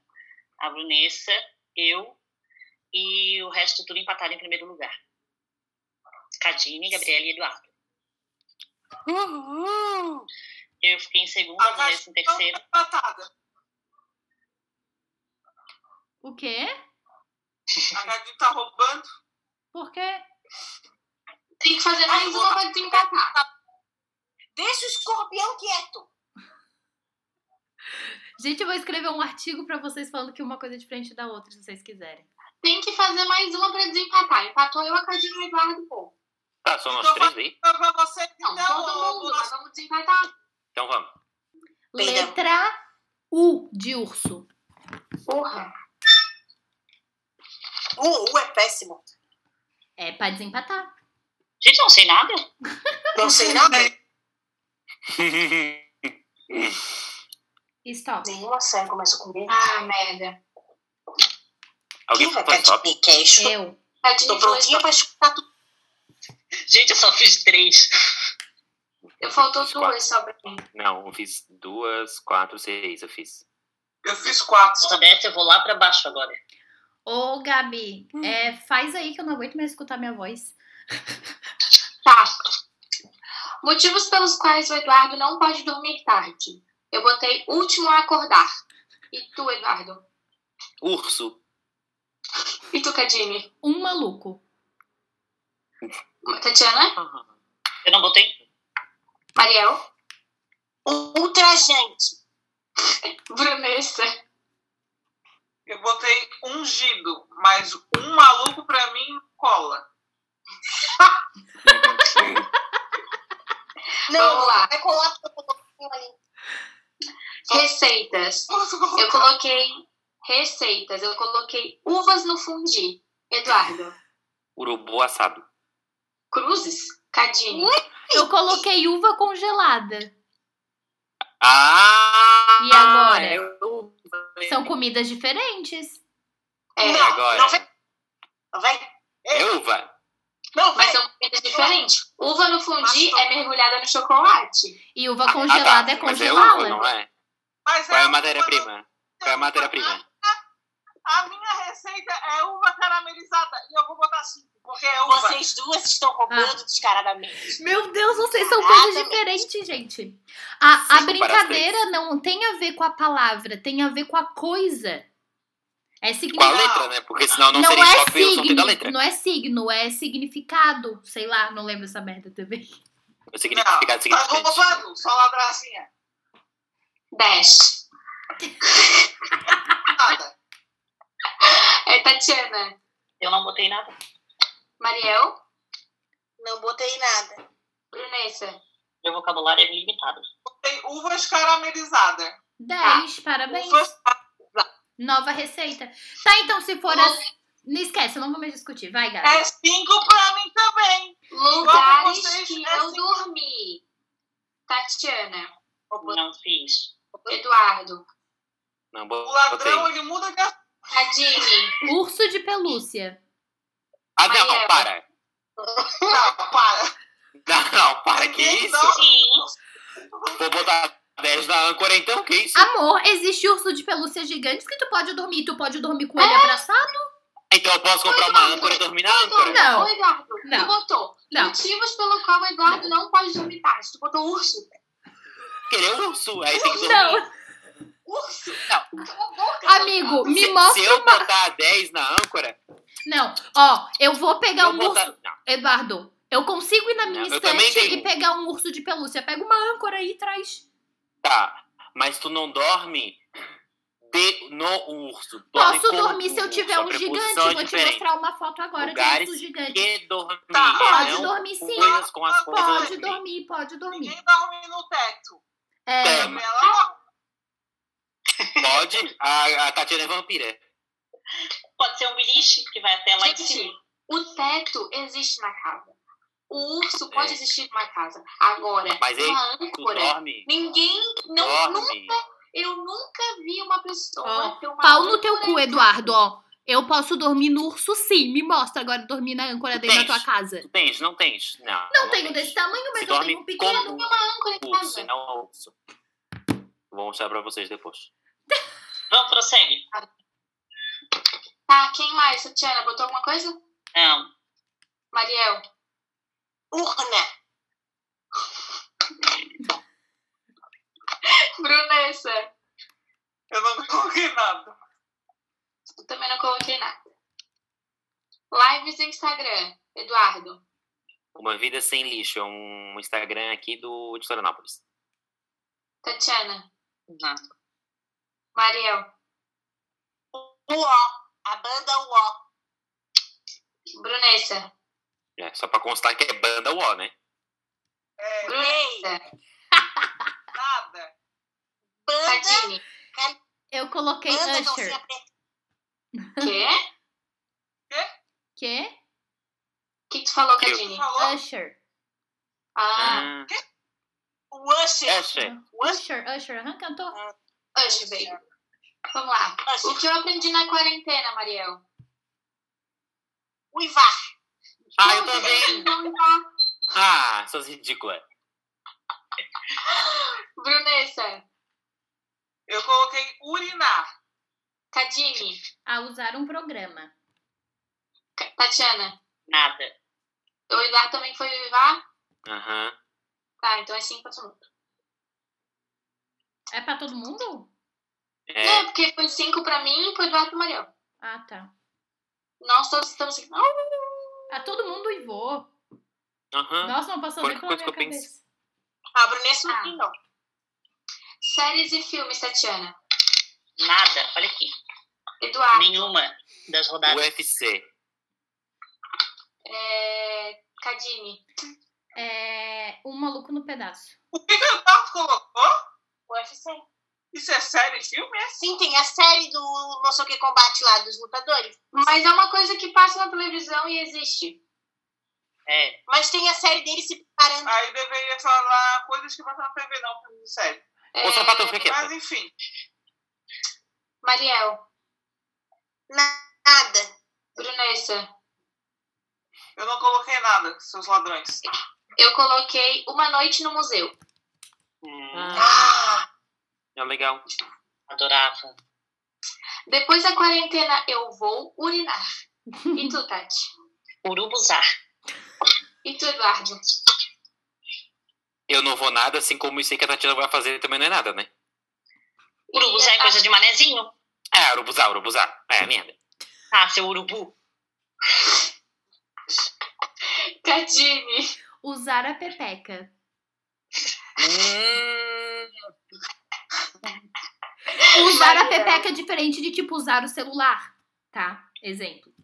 Speaker 6: A Brunessa, eu e o resto tudo empatado em primeiro lugar. Cadine, Gabriela e Eduardo. Eu fiquei em segundo, a Brunessa em terceiro.
Speaker 4: Empatada.
Speaker 3: O quê?
Speaker 4: A Gabi tá roubando.
Speaker 3: Por quê?
Speaker 5: Tem que fazer mais uma pra desempatar.
Speaker 2: Deixa o escorpião quieto.
Speaker 3: Gente, eu vou escrever um artigo pra vocês falando que uma coisa é diferente da outra, se vocês quiserem.
Speaker 5: Tem que fazer mais uma pra desempatar. Empatou eu, a Cadinho e o Eduardo, pô.
Speaker 1: Tá, só nós
Speaker 4: Então
Speaker 1: três aí.
Speaker 4: Pra- Pra você,
Speaker 5: Não,
Speaker 4: então,
Speaker 5: todo mundo,
Speaker 4: ô,
Speaker 5: mas vamos desempatar.
Speaker 1: Então [laughs] vamos.
Speaker 2: Perdão.
Speaker 3: Letra U de urso.
Speaker 5: Porra.
Speaker 2: Uh, uh, é péssimo.
Speaker 3: É pra desempatar.
Speaker 6: Gente, eu não sei nada.
Speaker 2: Não sei nada.
Speaker 3: Stop.
Speaker 2: Nenhuma série começa com B.
Speaker 5: Ah, merda.
Speaker 1: Alguém
Speaker 2: Quem vai
Speaker 1: falou stop?
Speaker 2: de queixo?
Speaker 3: Eu.
Speaker 5: Cadinho
Speaker 2: Tô prontinha pra escutar tudo.
Speaker 6: Gente, eu só fiz três.
Speaker 5: Eu faltou
Speaker 1: Fiz quatro.
Speaker 5: duas só pra mim.
Speaker 1: Não, eu fiz duas, quatro, seis, eu fiz.
Speaker 4: Eu fiz quatro.
Speaker 6: Se eu desse, eu vou lá pra baixo agora.
Speaker 3: Ô, Gabi, é, faz aí que eu não aguento mais escutar minha voz.
Speaker 5: Tá. Motivos pelos quais o Eduardo não pode dormir tarde. Eu botei último a acordar. E tu, Eduardo?
Speaker 1: Urso.
Speaker 5: E tu, Cadine?
Speaker 3: Um maluco.
Speaker 5: Tatiana?
Speaker 6: Eu não botei?
Speaker 5: Mariel?
Speaker 2: Ultrajante.
Speaker 5: Brunessa?
Speaker 4: Eu botei ungido, mas um maluco pra mim cola.
Speaker 2: Não,
Speaker 5: Vamos lá.
Speaker 2: vai colar porque eu tô com ali.
Speaker 5: Receitas. Eu coloquei receitas. Eu coloquei uvas no fundi. Eduardo.
Speaker 1: Urubu assado.
Speaker 5: Cruzes? Cadine.
Speaker 3: Eu coloquei uva congelada.
Speaker 1: Ah!
Speaker 3: E agora?
Speaker 1: eu-
Speaker 3: São comidas diferentes.
Speaker 5: É,
Speaker 1: E agora?
Speaker 2: não vai- Vai.
Speaker 1: É uva.
Speaker 2: Não,
Speaker 1: É.
Speaker 2: vai.
Speaker 5: mas são comidas diferentes. Uva no fundi é mergulhada no chocolate.
Speaker 3: E uva congelada é
Speaker 1: Ah, tá. Mas é
Speaker 3: congelada.
Speaker 1: uva, não é?
Speaker 4: Mas
Speaker 1: Qual é a
Speaker 4: uma-
Speaker 1: matéria-prima? Qual é a matéria-prima?
Speaker 4: A minha receita é uva caramelizada e eu vou botar cinco, porque é uva.
Speaker 2: Vocês duas estão
Speaker 5: Ah.
Speaker 2: roubando descaradamente.
Speaker 3: Meu Deus, vocês são
Speaker 2: Caraca,
Speaker 3: coisas diferentes, gente. A, a
Speaker 1: Cinco para
Speaker 3: brincadeira não tem a ver com a palavra, tem a ver com a coisa.
Speaker 1: Com
Speaker 3: É
Speaker 1: a
Speaker 3: significado.
Speaker 1: letra, né? Porque senão não,
Speaker 3: Não
Speaker 1: seria
Speaker 3: é
Speaker 1: só pelo som da letra.
Speaker 3: signo, não é signo, é significado. Sei lá, não lembro essa merda também.
Speaker 1: O significado
Speaker 4: Tá
Speaker 1: significante.
Speaker 4: roubando, só ladracinha.
Speaker 5: Dash.
Speaker 4: Nada.
Speaker 5: É Tatiana.
Speaker 6: Eu não botei nada.
Speaker 5: Mariel.
Speaker 2: Não botei nada.
Speaker 5: Brunessa.
Speaker 6: Meu vocabulário é limitado.
Speaker 4: Tem uvas caramelizadas.
Speaker 1: Ah,
Speaker 3: 10, parabéns.
Speaker 4: Uvas
Speaker 3: Nova receita. Tá, então, se for assim. Não esquece, eu não vou mais discutir. Vai, Gabi.
Speaker 4: é cinco pra mim também.
Speaker 5: Lugares
Speaker 4: vocês,
Speaker 5: que
Speaker 4: né,
Speaker 5: eu
Speaker 4: sim.
Speaker 5: dormi. Tatiana.
Speaker 6: Não fiz.
Speaker 5: Eduardo.
Speaker 1: Não
Speaker 4: O
Speaker 1: botei.
Speaker 4: ladrão, ele muda de assunto.
Speaker 5: Nadine.
Speaker 3: Urso de pelúcia.
Speaker 1: Ah, não,
Speaker 5: Mariel.
Speaker 1: para. [laughs]
Speaker 5: Não, para.
Speaker 1: Não, não, para, que isso?
Speaker 6: Sim.
Speaker 1: Vou botar 10 na âncora então, que isso?
Speaker 3: Amor, existe urso de pelúcia gigantes que tu pode dormir. Tu pode dormir
Speaker 5: É?
Speaker 3: com ele abraçado?
Speaker 1: Então eu posso comprar uma âncora e dormir na âncora?
Speaker 3: Não.
Speaker 5: Ô, Eduardo,
Speaker 3: Não.
Speaker 5: tu botou
Speaker 3: Não.
Speaker 5: motivos pelo qual o Eduardo não pode dormir tarde. Tu botou urso.
Speaker 1: Querer é um urso, aí tem que dormir.
Speaker 3: Não,
Speaker 5: um Urso?
Speaker 1: Não.
Speaker 5: Cala a boca.
Speaker 3: amigo, me
Speaker 1: Se-
Speaker 3: mostra.
Speaker 1: Se eu botar 10 na âncora,
Speaker 3: Não, ó, eu vou pegar
Speaker 1: eu
Speaker 3: um
Speaker 1: botar...
Speaker 3: urso. Eduardo, eu consigo ir na minha
Speaker 1: Não, eu também
Speaker 3: estante e
Speaker 1: tenho.
Speaker 3: pegar um urso de pelúcia. Pega uma âncora aí e traz.
Speaker 1: Tá, mas tu não dorme de, no urso. Dorme
Speaker 3: Posso
Speaker 1: com
Speaker 3: dormir se eu
Speaker 1: urso,
Speaker 3: tiver
Speaker 1: a
Speaker 3: um
Speaker 1: preposição
Speaker 3: gigante.
Speaker 1: é
Speaker 3: Vou te
Speaker 1: diferente.
Speaker 3: mostrar uma foto agora
Speaker 1: Lugares
Speaker 3: de urso gigante.
Speaker 1: Que dormir,
Speaker 4: Tá,
Speaker 3: Pode
Speaker 1: não
Speaker 3: dormir sim.
Speaker 1: coisas com as coisas
Speaker 3: Pode
Speaker 1: dormir.
Speaker 3: dormir, pode dormir.
Speaker 4: Ninguém dorme no teto.
Speaker 3: É,
Speaker 1: Tem.
Speaker 4: Ela
Speaker 1: Pode, a, a Tatiana é vampira.
Speaker 6: Pode ser um beliche que vai até lá em
Speaker 5: Gente,
Speaker 6: cima.
Speaker 5: O teto existe na casa. O urso pode
Speaker 1: É.
Speaker 5: existir numa casa. Agora,
Speaker 1: Mas aí,
Speaker 5: uma
Speaker 1: Tu
Speaker 5: âncora,
Speaker 1: dorme,
Speaker 5: ninguém. Não, não,
Speaker 1: dorme.
Speaker 5: eu nunca vi uma pessoa ter uma
Speaker 3: Pau no teu
Speaker 5: âncora
Speaker 3: cu,
Speaker 5: em
Speaker 3: Eduardo, ó. Eu posso dormir no urso sim. Me mostra agora dormir na âncora dentro da
Speaker 1: Tens.
Speaker 3: tua casa.
Speaker 1: Tu tens, não tens? Não.
Speaker 3: Não tenho desse tamanho, mas
Speaker 1: Se
Speaker 3: eu
Speaker 1: dorme
Speaker 3: tenho um pequeno.
Speaker 1: como
Speaker 5: âncora em
Speaker 1: urso, e
Speaker 5: casa.
Speaker 1: não urso. Vou mostrar pra vocês depois.
Speaker 6: Vamos, prossegue.
Speaker 5: Tá, quem mais? Tatiana, botou alguma coisa?
Speaker 6: Não.
Speaker 5: Mariel. Urna. Brunessa.
Speaker 4: Eu não coloquei nada.
Speaker 5: Eu também não coloquei nada. Lives no Instagram. Eduardo.
Speaker 1: Uma Vida Sem Lixo é um Instagram aqui do, de Florianópolis.
Speaker 5: Tatiana.
Speaker 6: Não.
Speaker 5: Mariel.
Speaker 2: Uó. A banda Uó.
Speaker 5: Brunessa.
Speaker 1: É, só pra constar que é banda UO, né?
Speaker 4: É,
Speaker 2: Ei.
Speaker 5: Brunessa.
Speaker 4: nada.
Speaker 2: Banda.
Speaker 5: Tadini.
Speaker 3: Eu coloquei
Speaker 2: Banda não se
Speaker 3: Usher.
Speaker 2: apresenta.
Speaker 5: Quê?
Speaker 3: Quê?
Speaker 5: O que tu falou,
Speaker 1: Eu.
Speaker 2: É.
Speaker 5: Tadini?
Speaker 4: Falou?
Speaker 3: Usher.
Speaker 5: Ah,
Speaker 1: Ah,
Speaker 2: O Usher.
Speaker 1: É, Usher.
Speaker 3: Usher, Usher. Aham, cantou.
Speaker 5: Usher, baby. Vamos lá.
Speaker 2: Usher.
Speaker 5: O que eu aprendi na quarentena, Mariel?
Speaker 2: Uivar.
Speaker 1: Ah, eu
Speaker 5: Não,
Speaker 1: também.
Speaker 5: Não dá.
Speaker 1: Ah, suas ridículas.
Speaker 5: Brunessa.
Speaker 4: Eu coloquei urinar.
Speaker 5: Tadini.
Speaker 3: A usar um programa.
Speaker 5: Ca- Tatiana.
Speaker 6: Nada.
Speaker 5: O Eduardo também foi vivar?
Speaker 1: Aham.
Speaker 5: Tá, então é assim pra todo mundo.
Speaker 3: É pra todo mundo?
Speaker 1: É,
Speaker 5: Não, porque foi cinco pra mim e pro Eduardo e pro Mariel.
Speaker 3: Ah, tá.
Speaker 5: Nós todos estamos aqui. Não,
Speaker 3: Ah, todo mundo e vou.
Speaker 1: aham.
Speaker 3: Nossa, não passou
Speaker 1: Foi
Speaker 3: nem
Speaker 1: a
Speaker 3: pela
Speaker 1: coisa
Speaker 3: minha
Speaker 1: que eu pensei.
Speaker 3: cabeça.
Speaker 2: A Brunessa
Speaker 5: Ah.
Speaker 2: não tem, não.
Speaker 5: séries e filmes, Tatiana.
Speaker 6: Nada. Olha aqui.
Speaker 5: Eduardo.
Speaker 6: Nenhuma das rodadas.
Speaker 1: UFC.
Speaker 5: É... Tadini.
Speaker 3: É. Um maluco no pedaço.
Speaker 4: O que que o Eduardo colocou?
Speaker 2: UFC.
Speaker 4: Isso é série, filme? É
Speaker 2: Sim, tem a série do não sei o que combate lá dos lutadores.
Speaker 5: Mas é uma coisa que passa na televisão e existe.
Speaker 6: É.
Speaker 2: Mas tem a série dele se preparando.
Speaker 4: Aí deveria falar coisas que passam na TV, não filme de série.
Speaker 1: Ô,
Speaker 5: É...
Speaker 1: sapatão, fica
Speaker 4: Mas
Speaker 1: quieta.
Speaker 4: enfim,
Speaker 5: Mariel.
Speaker 2: Nada.
Speaker 5: Brunessa.
Speaker 4: eu não coloquei nada, seus ladrões.
Speaker 5: Eu coloquei Uma Noite no Museu.
Speaker 6: Hum,
Speaker 1: Ah, é legal.
Speaker 6: adorava.
Speaker 5: Depois da quarentena eu vou urinar. E tu, Tati?
Speaker 6: Urubuzar.
Speaker 5: E tu, Eduardo?
Speaker 1: Eu não vou nada, assim como isso aí que a Tatiana vai fazer também não é nada, né?
Speaker 6: Urubuzar é coisa de manezinho.
Speaker 1: É, urubuzar, urubuzar. É, merda.
Speaker 6: Ah, seu urubu.
Speaker 5: Tadini.
Speaker 3: Usar a pepeca.
Speaker 1: Hum,
Speaker 3: Usar a pepeca é diferente de tipo usar o celular. Tá? Exemplo.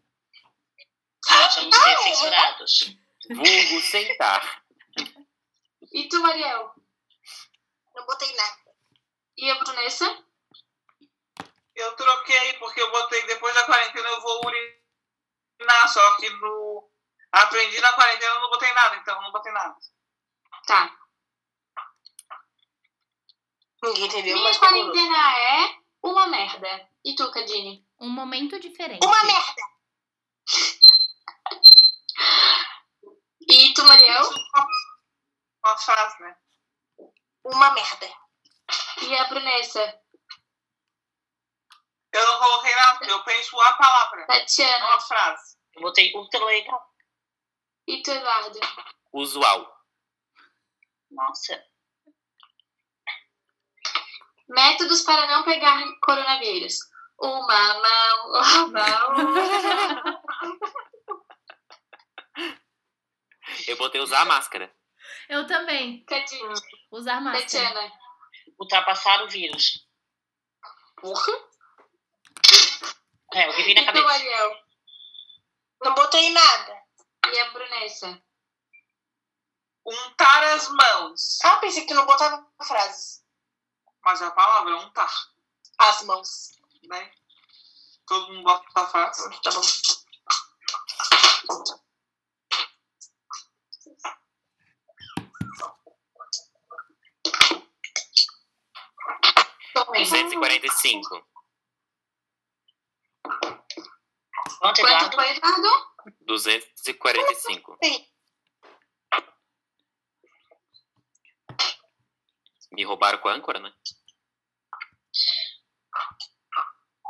Speaker 6: Nós vamos ser censurados.
Speaker 1: vulgo sentar.
Speaker 5: E tu, Mariel?
Speaker 2: Não botei nada.
Speaker 5: E a Brunessa?
Speaker 4: Eu troquei porque eu botei depois da quarentena eu vou urinar, só que no. Aprendi na quarentena, eu não botei nada, então não botei nada.
Speaker 5: Tá.
Speaker 2: Ninguém entendeu,
Speaker 5: Minha
Speaker 2: mas
Speaker 7: tá
Speaker 2: concordou.
Speaker 5: quarentena é uma merda.
Speaker 7: E tu, Cadine?
Speaker 3: Um momento diferente.
Speaker 8: Uma merda.
Speaker 7: E tu, Mariel?
Speaker 4: Uma frase, né?
Speaker 8: Uma merda.
Speaker 7: E a Brunessa?
Speaker 4: Eu não coloquei nada, porque eu penso a palavra, não
Speaker 7: Tatiana?
Speaker 4: a frase.
Speaker 6: Eu botei ultra legal.
Speaker 7: E tu, Eduardo?
Speaker 1: Usual.
Speaker 6: Nossa.
Speaker 7: Métodos para não pegar coronavírus. Uma mão, [laughs] uma mão.
Speaker 1: Eu botei usar a máscara.
Speaker 3: Eu também.
Speaker 2: Ah,
Speaker 7: Cadinho,
Speaker 3: Usar máscara.
Speaker 7: Tatiana.
Speaker 6: Ultrapassar o vírus.
Speaker 7: Porra. Então
Speaker 6: É, o que vem na
Speaker 7: E tu,
Speaker 6: cabeça.
Speaker 7: Mariel?
Speaker 2: Não botei nada.
Speaker 7: E a Brunessa?
Speaker 4: Untar as mãos.
Speaker 2: Ah, pensei que tu não botava frases.
Speaker 4: Mas a palavra é untar,
Speaker 2: As mãos.
Speaker 4: né? Todo mundo bota a frase.
Speaker 2: Tá bom.
Speaker 5: Uhum.
Speaker 7: Tomem.
Speaker 1: 245.
Speaker 6: Pronto,
Speaker 7: é Quanto
Speaker 6: Eduardo.
Speaker 7: foi, Eduardo?
Speaker 1: 245. Me roubaram com a âncora, né?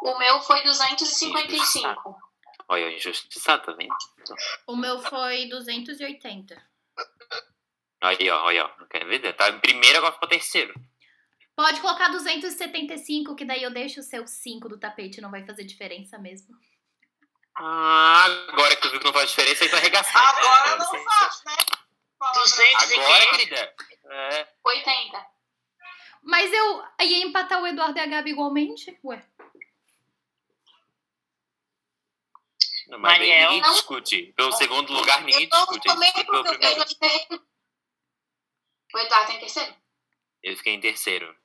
Speaker 7: O meu foi 255.
Speaker 1: Olha, eu injustiçado, tá vendo?
Speaker 3: O meu foi 280.
Speaker 1: Olha aí, ó, olha aí, ó. Não quero ver. Tá em primeiro, agora ficou terceiro.
Speaker 3: Pode colocar 275, que daí eu deixo o seu 5 do tapete, não vai fazer diferença mesmo.
Speaker 1: Ah, agora que tu viu que não faz diferença, aí tu arregaçou.
Speaker 4: Agora não faz, né? Palavra.
Speaker 6: 200
Speaker 1: Agora,
Speaker 6: e
Speaker 1: querida. É.
Speaker 7: 80.
Speaker 3: Mas eu ia empatar o Eduardo e a Gabi igualmente? Ué.
Speaker 1: Não, mas bem,
Speaker 6: Mariel.
Speaker 1: ninguém discute. Pelo segundo lugar, ninguém
Speaker 8: Eu não
Speaker 1: discute. A gente
Speaker 8: tomei
Speaker 1: discute pelo
Speaker 8: porque eu
Speaker 1: primeiro.
Speaker 7: O Eduardo tem terceiro?
Speaker 1: Eu fiquei em terceiro.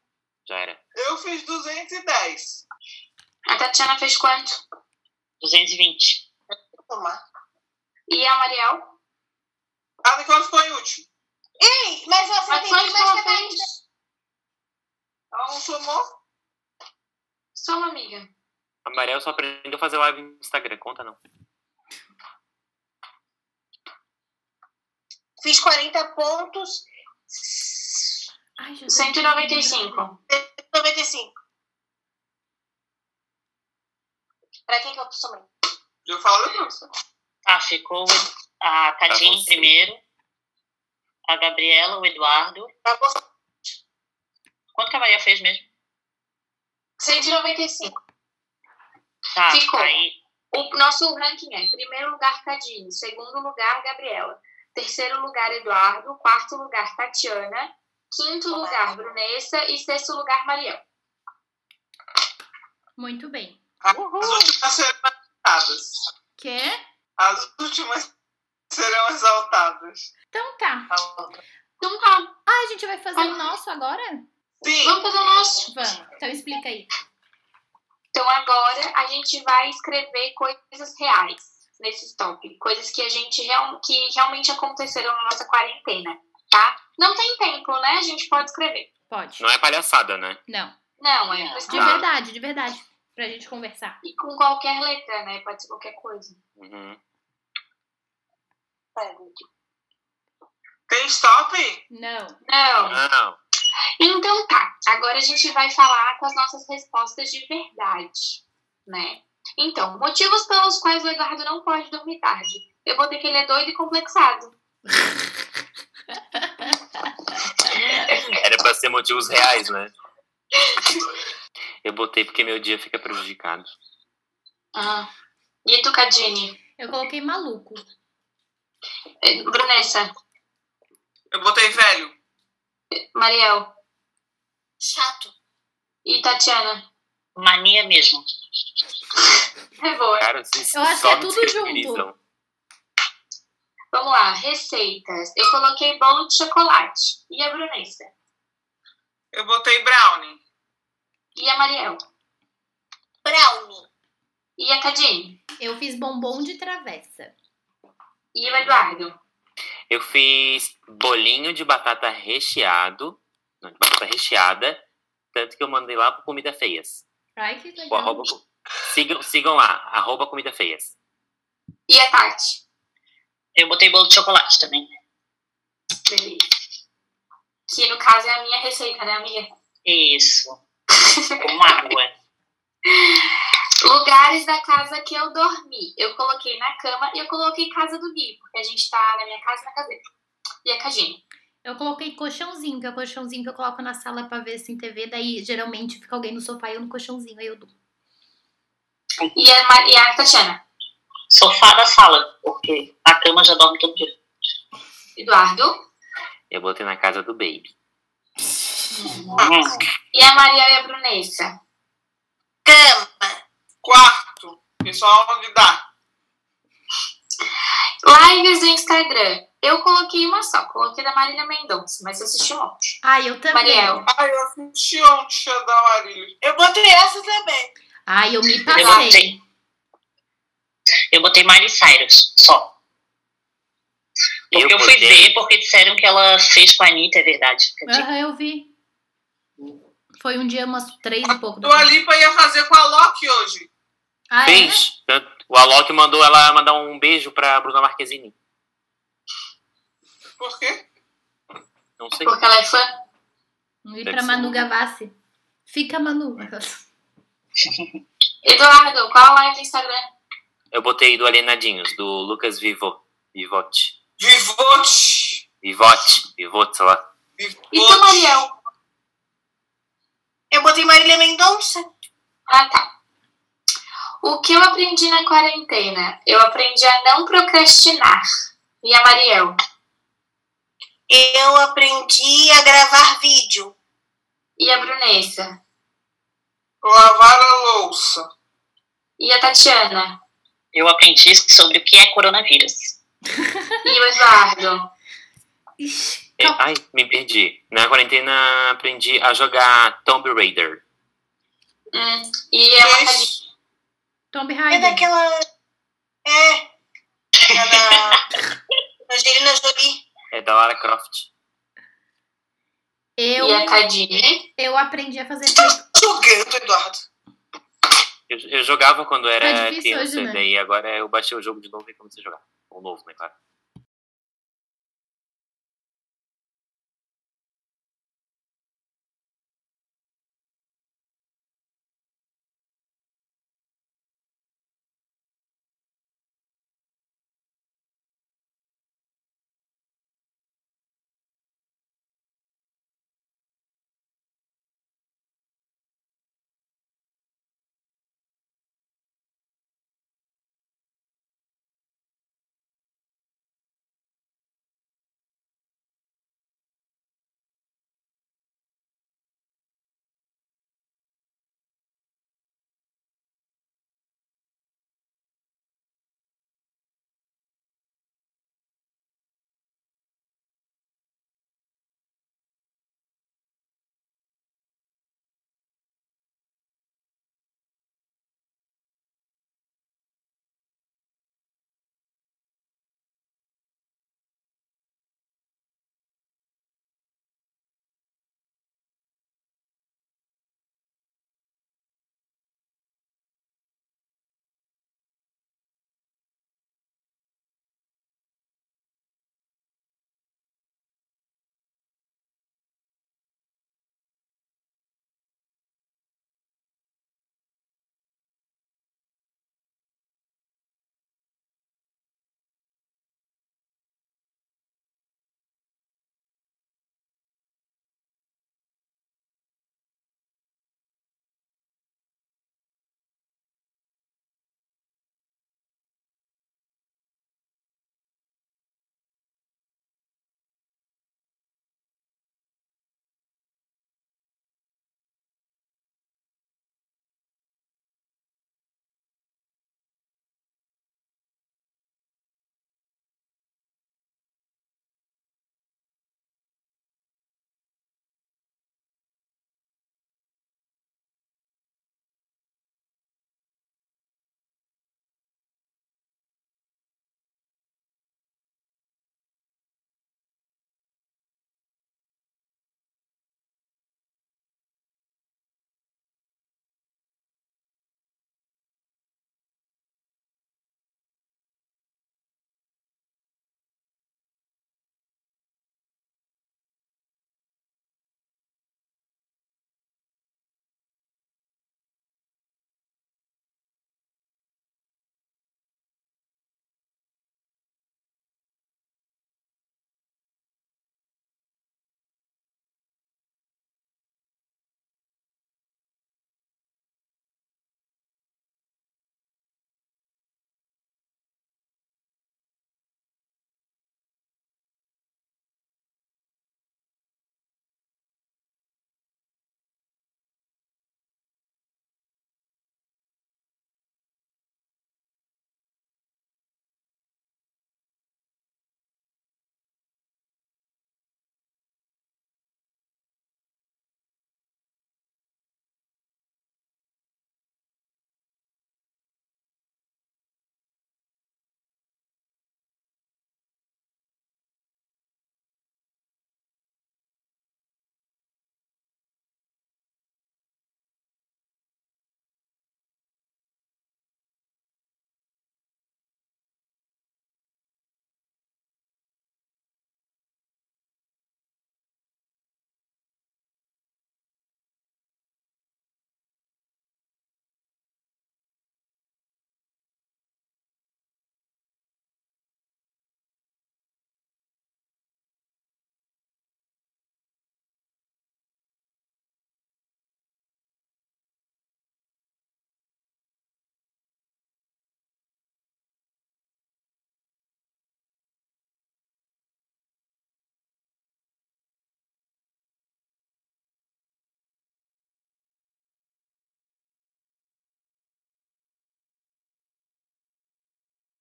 Speaker 1: Já era.
Speaker 4: Eu fiz 210.
Speaker 7: A Tatiana fez quanto?
Speaker 6: 220.
Speaker 2: Tomar.
Speaker 7: E a Mariel?
Speaker 4: A Ah, Nicole ficou em último.
Speaker 8: Ei, mas você
Speaker 7: Mas
Speaker 8: tem
Speaker 7: quanto
Speaker 8: mais
Speaker 2: é
Speaker 7: que ela
Speaker 8: também.
Speaker 7: fez?
Speaker 4: Ela não somou?
Speaker 7: Só uma amiga.
Speaker 1: A Mariel só aprendeu a fazer live no Instagram. Conta, não.
Speaker 2: Fiz 40 pontos.
Speaker 3: Ai, Jesus.
Speaker 7: 195.
Speaker 2: 95. Pra quem que eu somei?
Speaker 4: Eu falo depois.
Speaker 6: Tá, ficou a Cadine
Speaker 1: você.
Speaker 6: em primeiro. A Gabriela, o Eduardo.
Speaker 2: Pra
Speaker 7: Tá
Speaker 2: você.
Speaker 6: Quanto que a Maria fez mesmo?
Speaker 7: 195.
Speaker 6: Tá,
Speaker 7: Ficou.
Speaker 6: aí.
Speaker 7: O nosso ranking é: primeiro lugar, Cadine. Segundo lugar, Gabriela. Terceiro lugar, Eduardo. Quarto lugar, Tatiana. Quinto lugar, Brunessa. E sexto lugar, Mariel.
Speaker 3: Muito bem.
Speaker 4: As últimas serão exaltadas.
Speaker 3: Quê?
Speaker 4: As últimas serão exaltadas.
Speaker 3: Então tá.
Speaker 7: Então tá.
Speaker 3: Ah, a gente vai fazer o nosso agora?
Speaker 4: Sim,
Speaker 7: Vamos fazer o nosso.
Speaker 3: Vamos. Então explica aí.
Speaker 7: Então agora a gente vai escrever coisas reais nesse stop, coisas que a gente real- que realmente aconteceram na nossa quarentena, tá? Não tem tempo, né? A gente pode escrever.
Speaker 3: Pode.
Speaker 1: Não é palhaçada, né?
Speaker 3: Não.
Speaker 7: Não, é
Speaker 6: Não.
Speaker 1: Tá.
Speaker 3: De
Speaker 7: pra escrever
Speaker 3: verdade, de verdade. Pra gente conversar.
Speaker 7: e com qualquer letra, né? Pode ser qualquer coisa.
Speaker 1: Uhum.
Speaker 4: tem stop?
Speaker 3: Não.
Speaker 7: Não.
Speaker 1: Não.
Speaker 7: Então tá. Agora a gente vai falar com as nossas respostas de verdade, né? Então, motivos pelos quais o Eduardo não pode dormir tarde. Eu vou ter que ele é doido e complexado.
Speaker 1: Era pra ser motivos reais, né? Eu botei porque meu dia fica prejudicado.
Speaker 7: Ah. E tu, Cadine?
Speaker 3: Eu coloquei maluco.
Speaker 7: Eh, Brunessa,
Speaker 4: Eu botei velho.
Speaker 7: Mariel.
Speaker 8: Chato.
Speaker 7: E Tatiana?
Speaker 6: Mania mesmo.
Speaker 7: É boa.
Speaker 1: Cara, se,
Speaker 3: Eu acho
Speaker 1: só
Speaker 3: que é
Speaker 1: me
Speaker 3: tudo
Speaker 1: descredibilizam.
Speaker 7: Vamos lá, receitas. Eu coloquei bolo de chocolate. E a Brunessa?
Speaker 4: Eu botei brownie.
Speaker 7: E a Mariel?
Speaker 8: Brownie.
Speaker 7: E a Cadine?
Speaker 3: Eu fiz bombom de travessa.
Speaker 7: E o Eduardo?
Speaker 1: Eu fiz bolinho de batata recheado, não, de batata recheada, tanto que eu mandei lá para comida feias.
Speaker 3: Ai, que
Speaker 1: O
Speaker 3: legal.
Speaker 1: arroba- sigam, sigam lá, arroba comida feias.
Speaker 7: E a Tati?
Speaker 6: Eu botei bolo de chocolate também.
Speaker 7: Delícia. Que no caso é a minha receita, né, amiga?
Speaker 6: Isso. Com água.
Speaker 7: Lugares da casa que eu dormi. Eu coloquei na cama e eu coloquei casa do Gui, porque a gente tá na minha casa e na casa dele. E a Cajinha.
Speaker 3: Eu coloquei colchãozinho, que é o colchãozinho que eu coloco na sala pra ver sem TV. Daí, geralmente, fica alguém no sofá e eu no colchãozinho, aí eu durmo.
Speaker 7: E a, Ma- e a Tatiana.
Speaker 6: Sofá da sala, porque a cama já dorme todo dia.
Speaker 7: Eduardo.
Speaker 1: Eu botei na casa do baby.
Speaker 6: Hum.
Speaker 7: E a Maria e a Brunessa.
Speaker 4: Quarto, que só onde dá.
Speaker 7: Lives do Instagram. Eu coloquei uma só. Coloquei da Marina Mendonça, mas eu assisti um monte.
Speaker 3: Ah, eu também.
Speaker 7: Mariel.
Speaker 4: Ai, eu senti ontem a da Marília.
Speaker 2: Eu botei essa também.
Speaker 3: Ai, eu me
Speaker 6: Eu
Speaker 3: passei.
Speaker 6: botei. Eu botei Miley Cyrus, só. Porque eu,
Speaker 1: Eu
Speaker 6: fui
Speaker 1: botei-
Speaker 6: ver, porque disseram que ela fez com a Anitta, é verdade.
Speaker 3: Aham, eu vi. Foi um dia, umas três e pouco. da
Speaker 4: Dua
Speaker 3: tarde.
Speaker 4: Lipa ia fazer com a Loki hoje.
Speaker 3: Ah, é?
Speaker 1: Fez. Tanto- O Alok mandou ela mandar um beijo pra Bruna Marquezine.
Speaker 4: Por quê?
Speaker 1: Não sei.
Speaker 7: Porque ela é fã.
Speaker 3: E
Speaker 1: Deve
Speaker 3: pra
Speaker 1: ser.
Speaker 3: Manu Gavassi. Fica, Manu. [laughs]
Speaker 7: Eduardo, qual a live do Instagram?
Speaker 1: Eu botei do Alienadinhos, do Lucas Vivo. Vivote.
Speaker 4: Vivote.
Speaker 1: Vivote. Vivote, sei lá.
Speaker 7: E tu, Então, Mariel?
Speaker 2: Eu botei Marília Mendonça.
Speaker 7: Ah, tá. O que eu aprendi na quarentena? Eu aprendi a não procrastinar. E a Mariel?
Speaker 2: Eu aprendi a gravar vídeo.
Speaker 7: E a Brunessa?
Speaker 4: Lavar a louça.
Speaker 7: E a Tatiana?
Speaker 6: Eu aprendi sobre o que é coronavírus.
Speaker 7: E o Eduardo?
Speaker 3: Ixi,
Speaker 1: É,
Speaker 3: cal-
Speaker 1: ai, me perdi. Na quarentena aprendi a jogar Tomb Raider.
Speaker 7: Hum, e a Macadinha?
Speaker 4: Fez.
Speaker 3: Tomb
Speaker 2: É
Speaker 3: Raider.
Speaker 2: daquela. É. É da. Angelina Jolie.
Speaker 1: É da Lara Croft.
Speaker 3: Eu,
Speaker 7: E a Cadine?
Speaker 3: eu aprendi a fazer flip.
Speaker 4: Jogando, Eduardo.
Speaker 1: Eu, eu jogava quando era
Speaker 3: Tá difícil
Speaker 1: criança,
Speaker 3: hoje, né?
Speaker 1: daí agora eu baixei o jogo de novo e comecei a jogar. O novo, né, claro.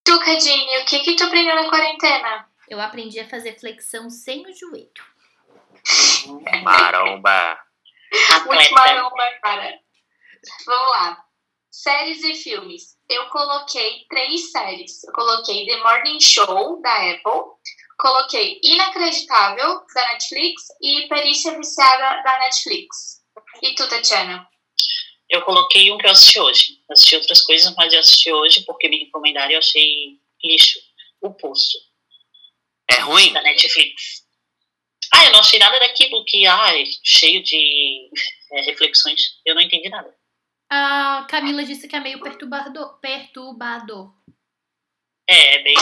Speaker 7: Tu, Cadine, o que que tu aprendeu na quarentena?
Speaker 3: Eu aprendi a fazer flexão sem o joelho.
Speaker 1: Maromba.
Speaker 7: Muito
Speaker 6: Atleta.
Speaker 7: maromba, cara. Vamos lá. Séries e filmes. Eu coloquei três séries. Eu coloquei The Morning Show, da Apple. Coloquei Inacreditável, da Netflix. E Perícia Viciada, da Netflix. E tu, Tatiana?
Speaker 6: Eu coloquei um que eu assisti hoje. Eu assisti outras coisas, mas eu assisti hoje porque me encomendaram e eu achei lixo. O Poço,
Speaker 1: É ruim?
Speaker 6: da Netflix. Ah, eu não achei nada daquilo que, ai, cheio de é, reflexões. Eu não entendi nada.
Speaker 3: A Camila disse que é meio perturbador. perturbador.
Speaker 6: É, é bem.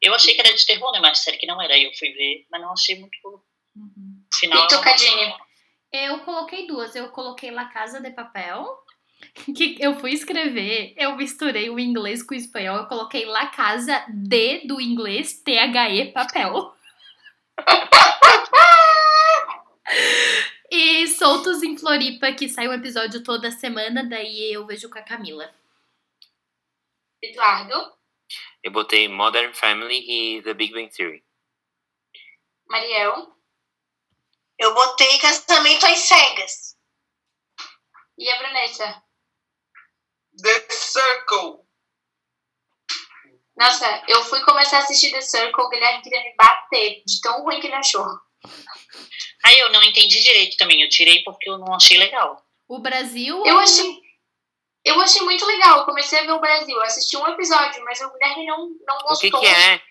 Speaker 6: Eu achei que era de terror, né? Mas sério que não era. Aí eu fui ver, mas não achei muito. O
Speaker 3: Uhum.
Speaker 6: final.
Speaker 7: E tu, Cadine?
Speaker 3: Eu coloquei duas. Eu coloquei La Casa de Papel, [laughs] que eu fui escrever, eu misturei o inglês com o espanhol, eu coloquei La Casa de do inglês, T-H-E Papel. [laughs] e Soltos em Floripa, que sai um episódio toda semana, daí eu vejo com a Camila.
Speaker 7: Eduardo?
Speaker 1: Eu botei Modern Family e The Big Bang Theory.
Speaker 7: Mariel?
Speaker 2: Eu botei casamento às cegas.
Speaker 7: E a Brunetta?
Speaker 4: The Circle.
Speaker 7: Nossa, eu fui começar a assistir The Circle, o Guilherme queria me bater de tão ruim que ele achou.
Speaker 6: Aí eu não entendi direito também. Eu tirei porque eu não achei legal.
Speaker 3: O Brasil. é-
Speaker 7: Eu achei, eu achei muito legal. Eu comecei a ver o Brasil. Eu assisti um episódio, mas o Guilherme não, não
Speaker 1: O que
Speaker 7: gostou.
Speaker 1: que é?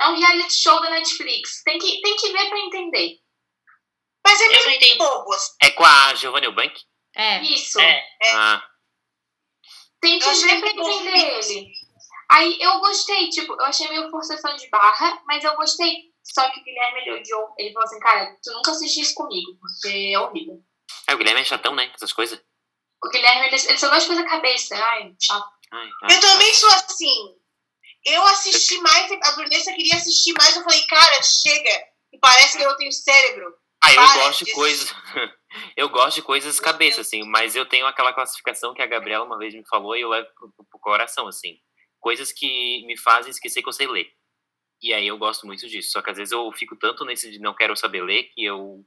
Speaker 7: É um reality show da Netflix. Tem que, tem que ver pra entender.
Speaker 2: Mas é
Speaker 6: Eu não
Speaker 2: meio
Speaker 6: entendi.
Speaker 2: bobo. assim.
Speaker 1: É com a Giovanna Eubank?
Speaker 3: É.
Speaker 7: Isso.
Speaker 6: É.
Speaker 1: Ah,
Speaker 7: Tem que
Speaker 2: Eu achei
Speaker 7: ver pra
Speaker 2: bom.
Speaker 7: entender ele. Aí eu gostei, tipo, eu achei meio forçação de barra, mas eu gostei. Só que o Guilherme ele odiou. Ele falou assim, cara, tu nunca assistiu isso comigo, porque é horrível.
Speaker 1: é, o Guilherme é chatão, né? Essas coisas.
Speaker 7: O Guilherme, ele, ele só gosta de coisa cabeça. Ai, chato.
Speaker 1: Ai,
Speaker 2: Eu
Speaker 1: ai.
Speaker 2: também sou assim. Eu assisti mais, a Brunessa queria assistir mais, eu falei, cara, chega. E parece que eu não tenho cérebro.
Speaker 1: Ah, eu
Speaker 2: Para
Speaker 1: gosto de
Speaker 2: de-
Speaker 1: coisas. [laughs] Eu gosto de coisas cabeça, assim, mas eu tenho aquela classificação que a Gabriela uma vez me falou e eu levo pro, pro coração, assim. Coisas que me fazem esquecer que eu sei ler. E aí eu gosto muito disso. Só que às vezes eu fico tanto nesse de não quero saber ler que eu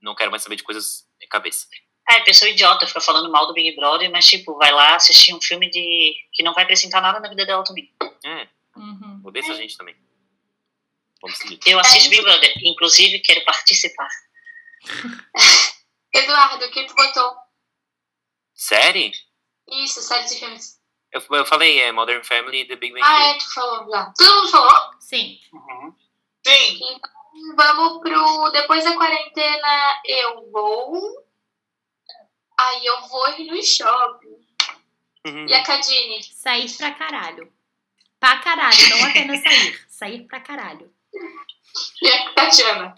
Speaker 1: não quero mais saber de coisas cabeça.
Speaker 6: Ah, é pessoa idiota, fica falando mal do Big Brother, mas tipo, vai lá assistir um filme de que não vai acrescentar nada na vida dela também.
Speaker 1: É,
Speaker 3: Uhum.
Speaker 1: odeio essa gente também. Vamos seguir.
Speaker 2: É
Speaker 6: Eu assisto Big Brother, inclusive quero participar.
Speaker 7: Eduardo, o que tu botou?
Speaker 1: Série?
Speaker 7: Isso, série de filmes.
Speaker 1: Eu, eu falei, é Modern Family e The Big Bang
Speaker 7: Ah,
Speaker 1: Theory.
Speaker 7: é, tu falou lá. Todo mundo falou? [laughs]
Speaker 3: Sim.
Speaker 6: Uhum.
Speaker 4: Sim.
Speaker 7: Vamos pro. Depois da quarentena, eu vou. Aí eu vou ir no shopping.
Speaker 1: Uhum.
Speaker 7: E a Cadine?
Speaker 3: Sair pra caralho. Pra caralho, não apenas sair. Sair pra caralho.
Speaker 7: E a É, Tatiana?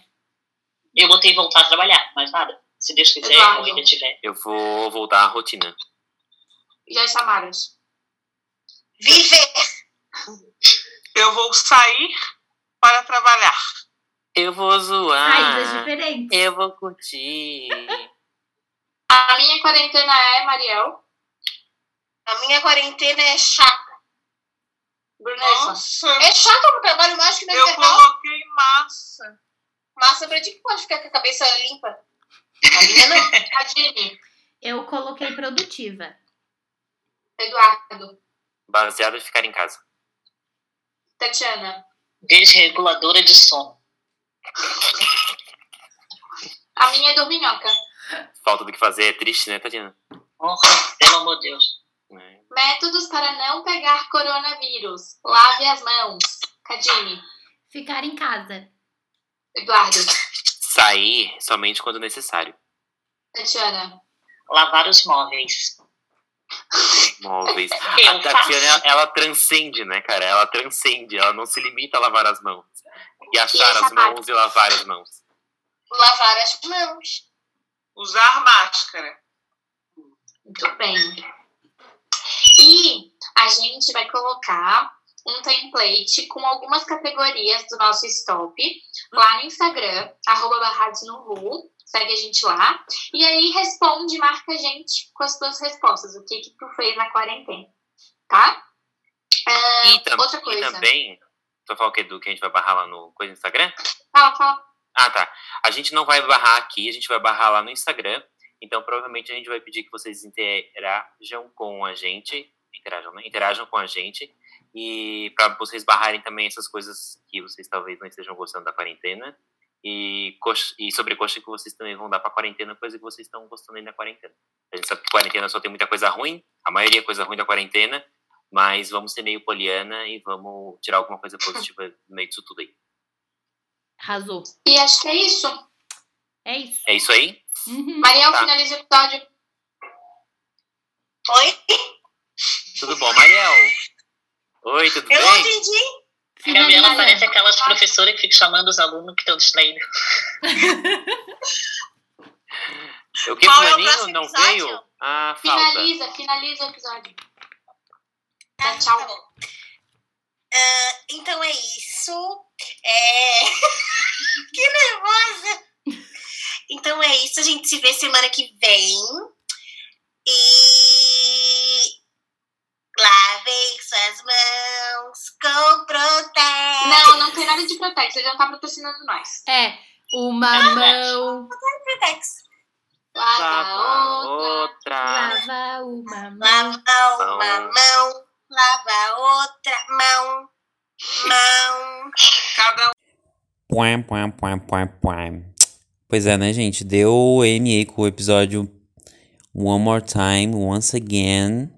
Speaker 6: Eu botei voltar a trabalhar, mas nada. Se Deus quiser,
Speaker 7: Eduardo.
Speaker 6: ou ainda tiver.
Speaker 1: Eu vou voltar à rotina.
Speaker 7: E as Samaras?
Speaker 2: Viver.
Speaker 4: Eu vou sair para trabalhar.
Speaker 1: Eu vou
Speaker 3: Saídas
Speaker 1: zoar.
Speaker 3: diferentes.
Speaker 1: Eu vou curtir.
Speaker 7: A minha quarentena é Mariel.
Speaker 2: A minha quarentena é chata.
Speaker 7: Brunessa.
Speaker 4: Nossa.
Speaker 2: É chata, eu trabalho mais que no
Speaker 7: é
Speaker 4: Eu
Speaker 2: intervalo.
Speaker 4: coloquei massa.
Speaker 2: Massa pra ti que pode ficar com a cabeça limpa. A minha não.
Speaker 7: Cadine.
Speaker 3: Eu coloquei produtiva.
Speaker 7: Eduardo.
Speaker 1: Baseado em ficar em casa.
Speaker 7: Tatiana.
Speaker 6: Desreguladora de sono.
Speaker 7: A minha é Dorminhoca.
Speaker 1: Falta do que fazer é triste, né, Tatiana?
Speaker 6: Nossa, pelo amor de Deus.
Speaker 1: É.
Speaker 7: Métodos para não pegar coronavírus. Lave as mãos. Cadine.
Speaker 3: Ficar em casa.
Speaker 7: Eduardo.
Speaker 1: Sair somente quando necessário.
Speaker 7: Tatiana.
Speaker 6: Lavar os móveis.
Speaker 1: Móveis.
Speaker 5: É
Speaker 6: Eu
Speaker 5: um
Speaker 1: A Tatiana, ela, ela transcende, né, cara? Ela transcende. Ela não se limita a lavar as mãos. E achar
Speaker 7: E
Speaker 1: as
Speaker 7: sapato.
Speaker 1: mãos e lavar as mãos.
Speaker 2: Lavar as mãos.
Speaker 4: Usar máscara.
Speaker 7: Muito bem. E a gente vai colocar um template com algumas categorias do nosso stop lá no Instagram, arroba barrados no Ru, segue a gente lá. E aí responde, marca a gente com as tuas respostas, o que que tu fez na quarentena, tá?
Speaker 5: É,
Speaker 1: e, tam-
Speaker 5: outra
Speaker 1: e
Speaker 5: coisa.
Speaker 1: também. Tu vai falar o que, Edu, que a gente vai barrar lá no coisa do Instagram?
Speaker 5: Fala, fala.
Speaker 1: Ah, tá. A gente não vai barrar aqui, a gente vai barrar lá no Instagram. Então, provavelmente, a gente vai pedir que vocês interajam com a gente. Interajam, né? Interajam com a gente. E para vocês barrarem também essas coisas que vocês talvez não estejam gostando da quarentena. E, coxa, e sobrecoxa que vocês também vão dar pra quarentena, coisa que vocês estão gostando aí da quarentena. A gente sabe que quarentena só tem muita coisa ruim, a maioria é coisa ruim da quarentena, mas vamos ser meio poliana e vamos tirar alguma coisa positiva no meio disso tudo aí.
Speaker 3: Arrasou.
Speaker 5: E acho que é isso.
Speaker 3: É isso.
Speaker 1: É isso aí?
Speaker 3: Uhum.
Speaker 5: Mariel
Speaker 1: Tá.
Speaker 5: finaliza o episódio.
Speaker 2: Oi?
Speaker 1: Tudo bom, Mariel? Oi, tudo
Speaker 2: Eu não
Speaker 1: bem?
Speaker 2: entendi.
Speaker 6: Gabriela
Speaker 3: Finaliza.
Speaker 6: parece aquelas professoras que ficam chamando os alunos que estão distraídos.
Speaker 1: O que,
Speaker 2: Qual é o
Speaker 1: Fulaninho?
Speaker 2: próximo
Speaker 1: não
Speaker 2: episódio?
Speaker 1: veio? Ah, falta.
Speaker 5: Finaliza, finaliza o episódio. Tá, tchau.
Speaker 2: Tá bom. Ah, então é isso. É... [laughs] que nervosa! Então é isso. A gente se vê semana que vem. E. Lavem suas mãos com proteção.
Speaker 5: Não, não tem nada de Protex, ele não tá patrocinando nós.
Speaker 3: É. Uma mão
Speaker 5: Lava
Speaker 1: Lava
Speaker 5: outra.
Speaker 1: Tá, outra.
Speaker 3: lava uma mão.
Speaker 2: Lava uma
Speaker 1: Mão.
Speaker 2: mão, lava outra mão. Mão.
Speaker 4: Cada
Speaker 9: Puém, puém, puém, puém, puém. Pois é, né, gente? Deu MA com o episódio One More Time, Once Again.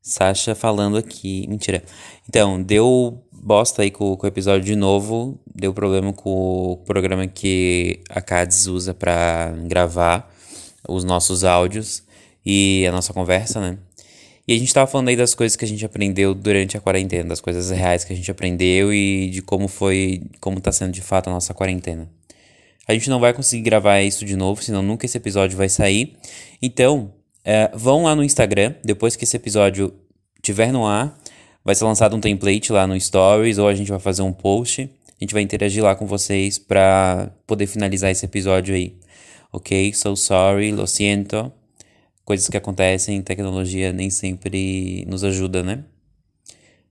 Speaker 9: Sasha falando aqui. Mentira. Então, deu bosta aí com, com o episódio de novo. Deu problema com o programa que a Cades usa pra gravar os nossos áudios e a nossa conversa, né? E a gente tava falando aí das coisas que a gente aprendeu durante a quarentena, das coisas reais que a gente aprendeu e de como foi, como tá sendo de fato a nossa quarentena. A gente não vai conseguir gravar isso de novo, senão nunca esse episódio vai sair. Então, é, vão lá no Instagram, depois que esse episódio tiver no ar, vai ser lançado um template lá no Stories ou a gente vai fazer um post. A gente vai interagir lá com vocês pra poder finalizar esse episódio aí. Ok? So sorry, lo siento coisas que acontecem, tecnologia nem sempre nos ajuda, né?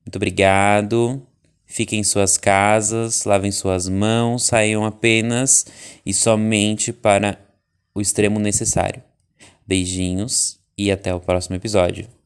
Speaker 9: Muito obrigado. Fiquem em suas casas, lavem suas mãos, saiam apenas e somente para o extremo necessário. Beijinhos e até o próximo episódio.